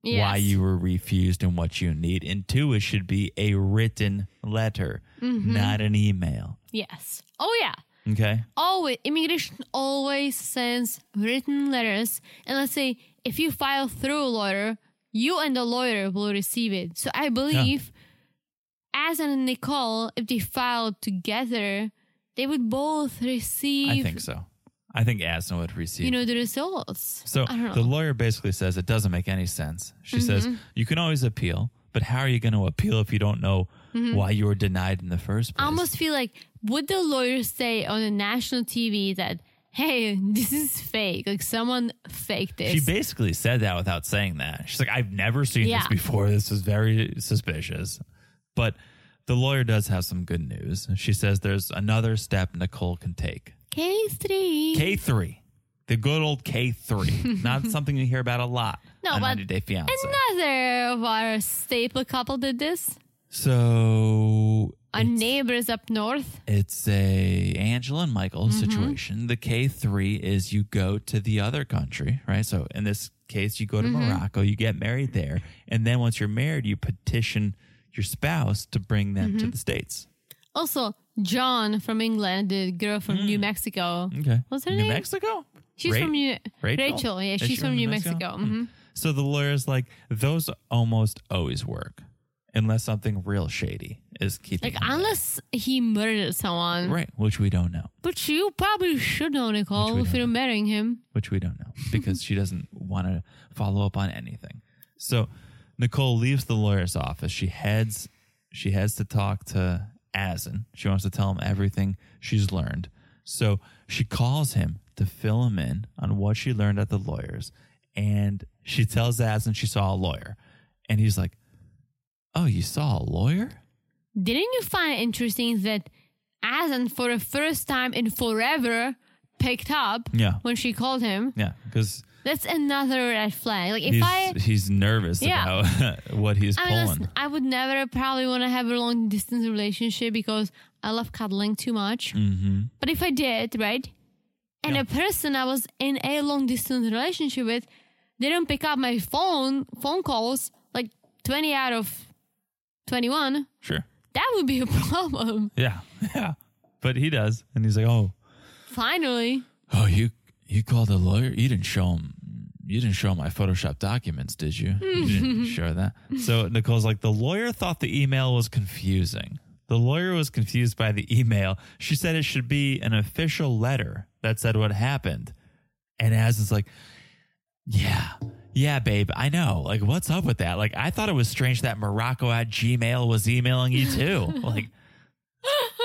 Speaker 1: why
Speaker 2: Yes.
Speaker 1: you were refused and what you need, and two, it should be a written letter, not an email.
Speaker 2: Yes. Oh yeah.
Speaker 1: Okay.
Speaker 2: always immigration always sends written letters and let's say if you file through a lawyer you and the lawyer will receive it so i believe as and nicole if they filed together they would both
Speaker 1: I
Speaker 2: receive
Speaker 1: think so. I think Asna would receive
Speaker 2: you know the results
Speaker 1: So
Speaker 2: i don't
Speaker 1: the
Speaker 2: know Mm-hmm.
Speaker 1: lawyer basically says it doesn't make any sense. She says you can always appeal, but how are you going to appeal if you don't know why you were denied in the first
Speaker 2: i
Speaker 1: place?
Speaker 2: Mm-hmm. almost feel like would the lawyer say on the national tv that hey this is fake like someone faked this
Speaker 1: she basically said that without saying that. She's like, I've never seen this
Speaker 2: Yeah.
Speaker 1: before. This is very suspicious. But the lawyer does have some good news. She says there's another step Nicole can take.
Speaker 2: case three
Speaker 1: K3, the good old K3, not something you hear about a lot
Speaker 2: No,
Speaker 1: on
Speaker 2: but
Speaker 1: 90 Day Fiance.
Speaker 2: another of our staple couple did this
Speaker 1: so
Speaker 2: our neighbors up north.
Speaker 1: It's a Angela and Michael
Speaker 2: Mm-hmm.
Speaker 1: situation. The K three is you go to the other country, right? So in this case, you go to
Speaker 2: Mm-hmm.
Speaker 1: Morocco, you get married there, and then once you're married, you petition your spouse to bring them
Speaker 2: Mm-hmm.
Speaker 1: to the states.
Speaker 2: Also, John from England, the girl from New Mexico.
Speaker 1: Okay,
Speaker 2: What's her
Speaker 1: Hmm. New
Speaker 2: name?
Speaker 1: Mexico.
Speaker 2: She's
Speaker 1: Ra-
Speaker 2: from New
Speaker 1: Rachel?
Speaker 2: Rachel, yeah,
Speaker 1: Is
Speaker 2: she's
Speaker 1: she
Speaker 2: from New Mexico.
Speaker 1: Hmm.
Speaker 2: Mhm.
Speaker 1: So the lawyer's like, those almost always work, unless something real shady is keeping.
Speaker 2: Like
Speaker 1: them there."
Speaker 2: unless he murdered someone,
Speaker 1: right, which we don't know.
Speaker 2: but you probably should know
Speaker 1: Which we
Speaker 2: Nicole if
Speaker 1: don't
Speaker 2: you're marrying him.
Speaker 1: which we don't know because she doesn't want to follow up on anything. So Nicole leaves the lawyer's office. She heads she heads to talk to Asin. She wants to tell him everything she's learned. So she calls him to fill him in on what she learned at the lawyer's and she tells Asin she saw a lawyer. And he's like, "Oh, you saw a lawyer?"
Speaker 2: Didn't you find it interesting that Asan, for the first time in forever, picked up
Speaker 1: Yeah.
Speaker 2: when she called him?
Speaker 1: Yeah, cuz
Speaker 2: That's another red flag. Like if
Speaker 1: he's,
Speaker 2: I
Speaker 1: he's nervous
Speaker 2: Yeah.
Speaker 1: about what he's
Speaker 2: I
Speaker 1: pulling.
Speaker 2: mean, listen, I would never probably want to have a long distance relationship because I love cuddling too much.
Speaker 1: Mm-hmm.
Speaker 2: But if I did, right? And a person I was in a long distance relationship with didn't pick up my phone phone calls like 20 out of 21,
Speaker 1: sure.
Speaker 2: that would be a problem.
Speaker 1: Yeah, yeah. But he does, and he's like, "Oh,
Speaker 2: Finally,
Speaker 1: oh, you you called a lawyer? You didn't show him, you didn't show him my Photoshop documents, did you? You didn't show that." So Nicole's like, "The lawyer thought the email was confusing. The lawyer was confused by the email. She said it should be an official letter that said what happened." And Az is like, "Yeah." Yeah, babe, I know. Like, what's up with that? Like, I thought it was strange that Morocco at Gmail was emailing you too. like,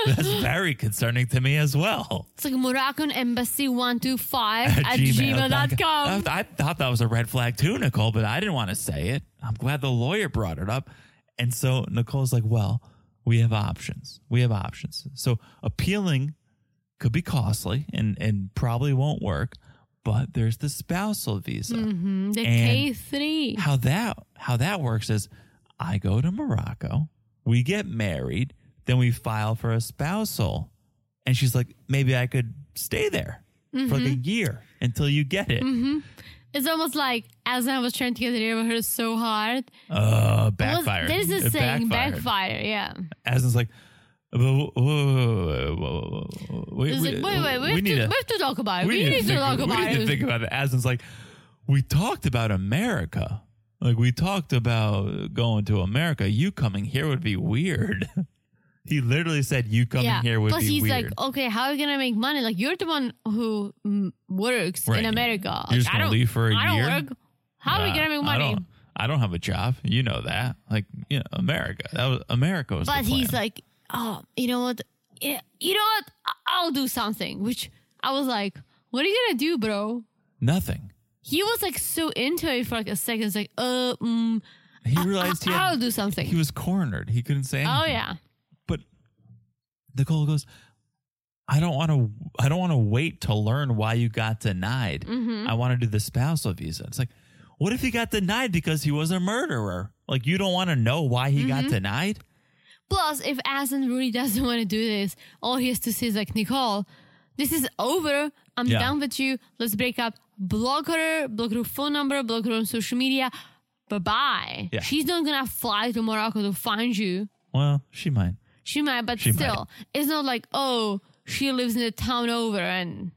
Speaker 1: That's very concerning to me as well.
Speaker 2: It's like Moroccan Embassy 125
Speaker 1: At
Speaker 2: at
Speaker 1: gmail
Speaker 2: gmail.com.
Speaker 1: dot com. I I thought that was a red flag too, Nicole, but I didn't want to say it. I'm glad the lawyer brought it up. And so Nicole's like, well, we have options. We have options. So appealing could be costly and, and probably won't work, but there's the spousal visa.
Speaker 2: Mm-hmm, The
Speaker 1: And-
Speaker 2: K3.
Speaker 1: How that how that works is I go to Morocco, we get married, then we file for a spousal. And she's like, maybe I could stay there for like a year until you get it.
Speaker 2: It's almost like as I was trying to get rid of her so hard.
Speaker 1: Uh,
Speaker 2: Well,
Speaker 1: backfired.
Speaker 2: There's
Speaker 1: It
Speaker 2: a saying,
Speaker 1: backfired.
Speaker 2: backfire. Yeah.
Speaker 1: Aslan's like, whoa, whoa, whoa, whoa, whoa, whoa, whoa. We,
Speaker 2: It's like,
Speaker 1: we,
Speaker 2: wait, wait, we,
Speaker 1: we
Speaker 2: have,
Speaker 1: need
Speaker 2: to,
Speaker 1: to,
Speaker 2: we have to talk about it.
Speaker 1: we need to think-
Speaker 2: talk about
Speaker 1: We need
Speaker 2: it.
Speaker 1: to think about it. Aslan's like, we talked about America. Like, we talked about going to America. You coming here would be weird. he literally said, you coming here would
Speaker 2: Plus,
Speaker 1: be
Speaker 2: he's
Speaker 1: weird.
Speaker 2: like, okay, how are you gonna make money? Like, you're the one who mm, works
Speaker 1: Right.
Speaker 2: in America.
Speaker 1: You're
Speaker 2: Like,
Speaker 1: just
Speaker 2: I
Speaker 1: gonna
Speaker 2: don't
Speaker 1: leave for a
Speaker 2: I don't
Speaker 1: year?
Speaker 2: work. How are we
Speaker 1: Nah,
Speaker 2: gonna make
Speaker 1: I
Speaker 2: money?
Speaker 1: don't, I don't have a job. You know that. Like, you know, America. That was America was the
Speaker 2: But he's
Speaker 1: plan.
Speaker 2: like, oh, you know what? Yeah, you know what? I- I'll do something. Which I was like, what are you gonna do, bro?
Speaker 1: nothing.
Speaker 2: He was like so into it for like a second. It's like, uh, mm,
Speaker 1: He realized he,
Speaker 2: I'll
Speaker 1: had,
Speaker 2: do something.
Speaker 1: he was cornered. He couldn't say anything.
Speaker 2: oh yeah,
Speaker 1: but Nicole goes, I don't want to. I don't want to wait to learn why you got denied.
Speaker 2: Mm-hmm.
Speaker 1: I want to do the spousal visa. It's like, what if he got denied because he was a murderer? Like you don't want to know why he
Speaker 2: Mm-hmm.
Speaker 1: got denied.
Speaker 2: Plus, if Asen really doesn't want to do this, all he has to say is like, Nicole, this is over. I'm
Speaker 1: Yeah.
Speaker 2: done with you. Let's break up. Block her, block her phone number, block her on social media. Bye bye.
Speaker 1: Yeah.
Speaker 2: She's not gonna fly to Morocco to find you.
Speaker 1: Well, she might.
Speaker 2: She might, but
Speaker 1: She might.
Speaker 2: still, it's not like, oh, she lives in the town over and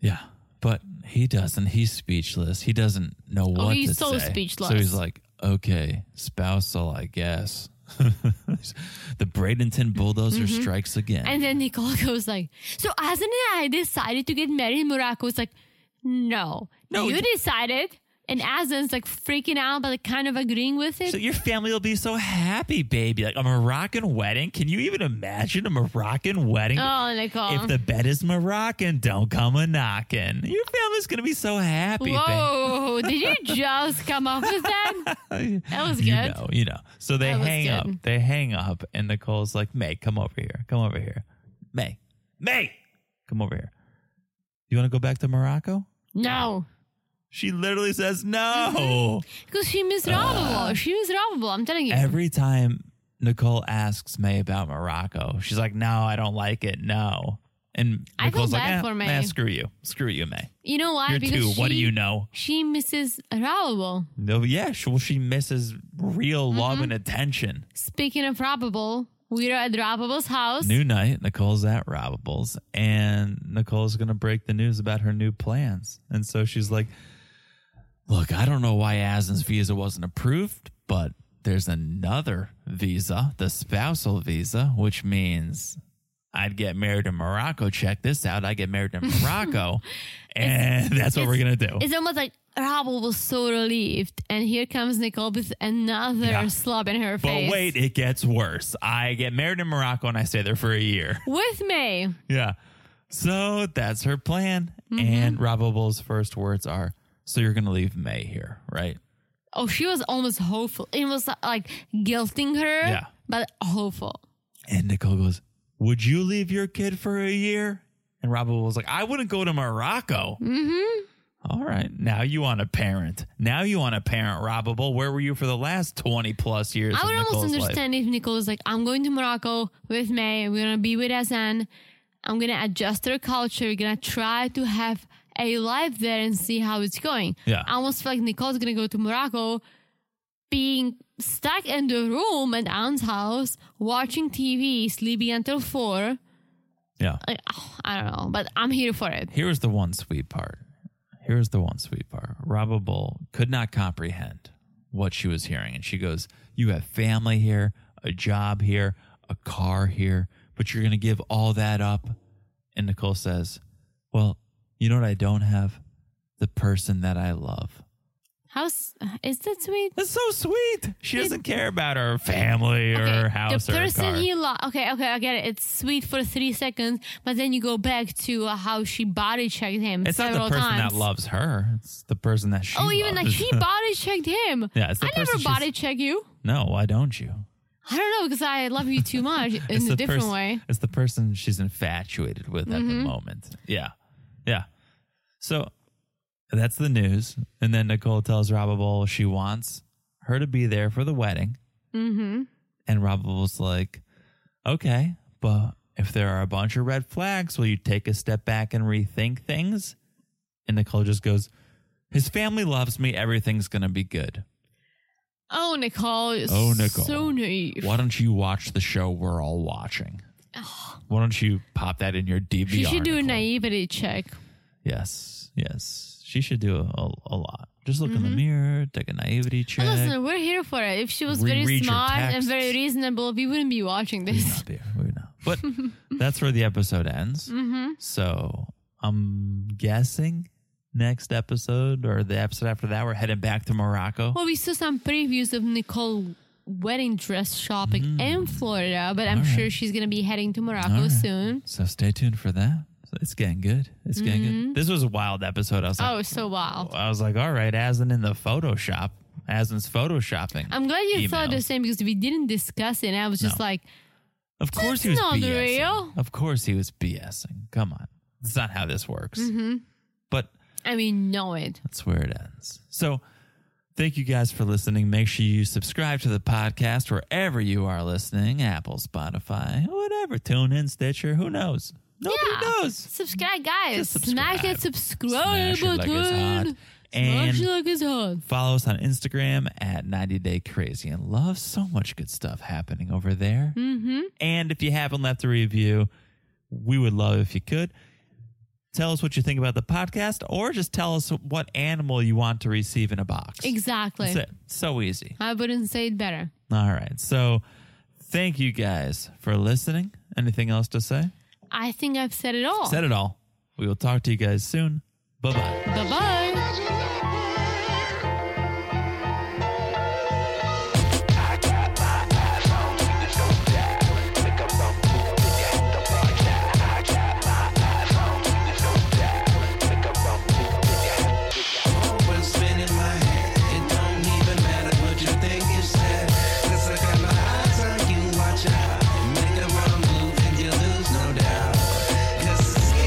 Speaker 1: Yeah, but he doesn't. He's speechless. He doesn't know what
Speaker 2: Oh, he's
Speaker 1: to
Speaker 2: so
Speaker 1: say.
Speaker 2: speechless.
Speaker 1: So he's like, okay, spousal, I guess. the Bradenton bulldozer strikes again.
Speaker 2: Mm-hmm. and then Nicole goes like, so Asen and I decided to get married in Morocco. It's like, no.
Speaker 1: No,
Speaker 2: you
Speaker 1: you-
Speaker 2: decided. And Asen's like freaking out, but like kind of agreeing with it.
Speaker 1: So your family will be so happy, baby. Like a Moroccan wedding. Can you even imagine a Moroccan wedding?
Speaker 2: Oh, Nicole.
Speaker 1: If the bed is Moroccan, don't come a knocking. Your family's gonna be so happy. babe.
Speaker 2: Whoa, did you just come up with that? That was
Speaker 1: You
Speaker 2: good.
Speaker 1: know, you know. So they
Speaker 2: That was
Speaker 1: hang up.
Speaker 2: good.
Speaker 1: They hang up, and Nicole's like, "May, come over here. Come over here. May, May, come over here. You want to go back to Morocco?"
Speaker 2: No.
Speaker 1: She literally says
Speaker 2: Mm-hmm.
Speaker 1: no.
Speaker 2: Because she miserable. She miserable. I'm telling you.
Speaker 1: Uh, Every time Nicole asks May about Morocco, she's like, "No, I don't like it. No." And
Speaker 2: I feel
Speaker 1: Nicole's like,
Speaker 2: bad
Speaker 1: eh,
Speaker 2: for May."
Speaker 1: eh, screw you, screw you, May.
Speaker 2: you know why?
Speaker 1: You're
Speaker 2: because
Speaker 1: two.
Speaker 2: She,
Speaker 1: what do you know?
Speaker 2: She misses probable.
Speaker 1: No, yeah, she, well, she misses real
Speaker 2: Mm-hmm.
Speaker 1: love and attention.
Speaker 2: Speaking of probable, we are at Robable's house.
Speaker 1: New night, Nicole's at Robables, and Nicole's gonna break the news about her new plans. And so she's like, Look, I don't know why Asin's visa wasn't approved, but there's another visa, the spousal visa, which means I'd get married in Morocco. Check this out. I get married in Morocco. and that's what we're gonna do.
Speaker 2: It's almost like Robable was so relieved. And here comes Nicole with another
Speaker 1: Yeah.
Speaker 2: slap in her face.
Speaker 1: But wait, it gets worse. I get married in Morocco and I stay there for a year.
Speaker 2: With me.
Speaker 1: Yeah. So that's her plan.
Speaker 2: Mm-hmm.
Speaker 1: And Robable's first words are, "So you're gonna leave May here, right?"
Speaker 2: Oh, she was almost hopeful. It was like guilting her,
Speaker 1: Yeah.
Speaker 2: but hopeful.
Speaker 1: And Nicole goes, "Would you leave your kid for a year?" And Robable's like, "I wouldn't go to Morocco." Mm-hmm. right, now you want a parent. Now you want a parent, Robable. Where were you for the last twenty plus years?
Speaker 2: I
Speaker 1: of
Speaker 2: would almost
Speaker 1: Nicole's life?
Speaker 2: understand if Nicole was like, I'm going to Morocco with May. We're going to be with Asan. I'm going to adjust their culture. We're going to try to have a life there and see how it's going.
Speaker 1: Yeah.
Speaker 2: I almost feel like Nicole's going to go to Morocco being stuck in the room at aunt's house, watching TV, sleeping until four.
Speaker 1: Yeah.
Speaker 2: Like, oh, I don't know, but I'm here for it.
Speaker 1: Here's the one sweet part. Here's the one sweet part. Robable could not comprehend what she was hearing. And she goes, You have family here, a job here, a car here, but you're going to give all that up. And Nicole says, Well, you know what I don't have? The person that I love.
Speaker 2: How s- is that sweet?
Speaker 1: That's so sweet. She doesn't care about her family or her house
Speaker 2: the
Speaker 1: or her
Speaker 2: person
Speaker 1: car.
Speaker 2: he lost. Okay, okay, I get it. It's sweet for three seconds, but then you go back to uh, how she body checked him
Speaker 1: it's not
Speaker 2: several
Speaker 1: the person
Speaker 2: times.
Speaker 1: that loves her. It's the person that she.
Speaker 2: oh, even like
Speaker 1: loves.
Speaker 2: he body checked him.
Speaker 1: Yeah, it's the
Speaker 2: I never
Speaker 1: person she's-
Speaker 2: body check you.
Speaker 1: no, why don't you?
Speaker 2: I don't know because I love you too much
Speaker 1: It's
Speaker 2: in a
Speaker 1: the
Speaker 2: different
Speaker 1: pers-
Speaker 2: way.
Speaker 1: It's the person she's infatuated with at
Speaker 2: Mm-hmm.
Speaker 1: the moment. Yeah, yeah. So that's the news, and then Nicole tells Robable she wants her to be there for the wedding,
Speaker 2: Mm-hmm.
Speaker 1: and Robable's like, "Okay, but if there are a bunch of red flags, will you take a step back and rethink things?" And Nicole just goes, "His family loves me. Everything's gonna be good."
Speaker 2: Oh, Nicole. you're
Speaker 1: Oh, Nicole.
Speaker 2: So naive.
Speaker 1: Why don't you watch the show we're all watching? Why don't you pop that in your DVR?
Speaker 2: She should do a
Speaker 1: Nicole?
Speaker 2: naivety check.
Speaker 1: Yes, yes. She should do a, a, a lot. Just look
Speaker 2: Mm-hmm.
Speaker 1: in the mirror, take a naivety check.
Speaker 2: And Listen, we're here for it. If she was very
Speaker 1: Reread your
Speaker 2: smart and
Speaker 1: texts.
Speaker 2: very reasonable, we wouldn't be watching
Speaker 1: we would
Speaker 2: this.
Speaker 1: not be, we would not. But that's where the episode
Speaker 2: Mm-hmm.
Speaker 1: ends. So I'm guessing next episode or the episode after that, we're heading back to Morocco.
Speaker 2: Well, we saw some previews of Nicole wedding dress shopping in Florida, but I'm
Speaker 1: Mm-hmm. All right.
Speaker 2: sure she's gonna be heading to Morocco
Speaker 1: All right.
Speaker 2: soon.
Speaker 1: so stay tuned for that. So It's getting good. It's getting good. This was a wild episode. I was like,
Speaker 2: Mm-hmm. Oh, so wild.
Speaker 1: I was like, all right, Aslan in the Photoshop. Aslan's photoshopping.
Speaker 2: I'm glad you thought
Speaker 1: email.
Speaker 2: the same because we didn't discuss it. And I was just
Speaker 1: No.
Speaker 2: like,
Speaker 1: Of course
Speaker 2: That's
Speaker 1: he was
Speaker 2: not
Speaker 1: BSing.
Speaker 2: real.
Speaker 1: Of course he was BSing. Come on. That's not how this
Speaker 2: Mm-hmm.
Speaker 1: works. But
Speaker 2: I mean, know it.
Speaker 1: that's where it ends. So thank you guys for listening. Make sure you subscribe to the podcast wherever you are listening Apple, Spotify, whatever. Tune in, Stitcher. Who knows? Nobody
Speaker 2: Yeah.
Speaker 1: knows.
Speaker 2: Subscribe, guys.
Speaker 1: Just subscribe.
Speaker 2: Smash that subscribe
Speaker 1: Smash it like it's hot.
Speaker 2: button. Smash it
Speaker 1: And
Speaker 2: like it's hot.
Speaker 1: follow us on Instagram at 90 Day Crazy and Love. So much good stuff happening over there.
Speaker 2: Mm-hmm.
Speaker 1: And if you haven't left a review, we would love if you could. Tell us what you think about the podcast or just tell us what animal you want to receive in a box.
Speaker 2: Exactly.
Speaker 1: That's it. So easy.
Speaker 2: I wouldn't say it better.
Speaker 1: All right. So thank you guys for listening. Anything else to say?
Speaker 2: I think I've said it all.
Speaker 1: Said it all. We will talk to you guys soon. Bye bye.
Speaker 2: bye bye.
Speaker 3: Always been in my head. It don't even matter what you think you said. 'Cause I got my eyes on you, watch out. Make a wrong move and you lose, no doubt. 'Cause it's scary.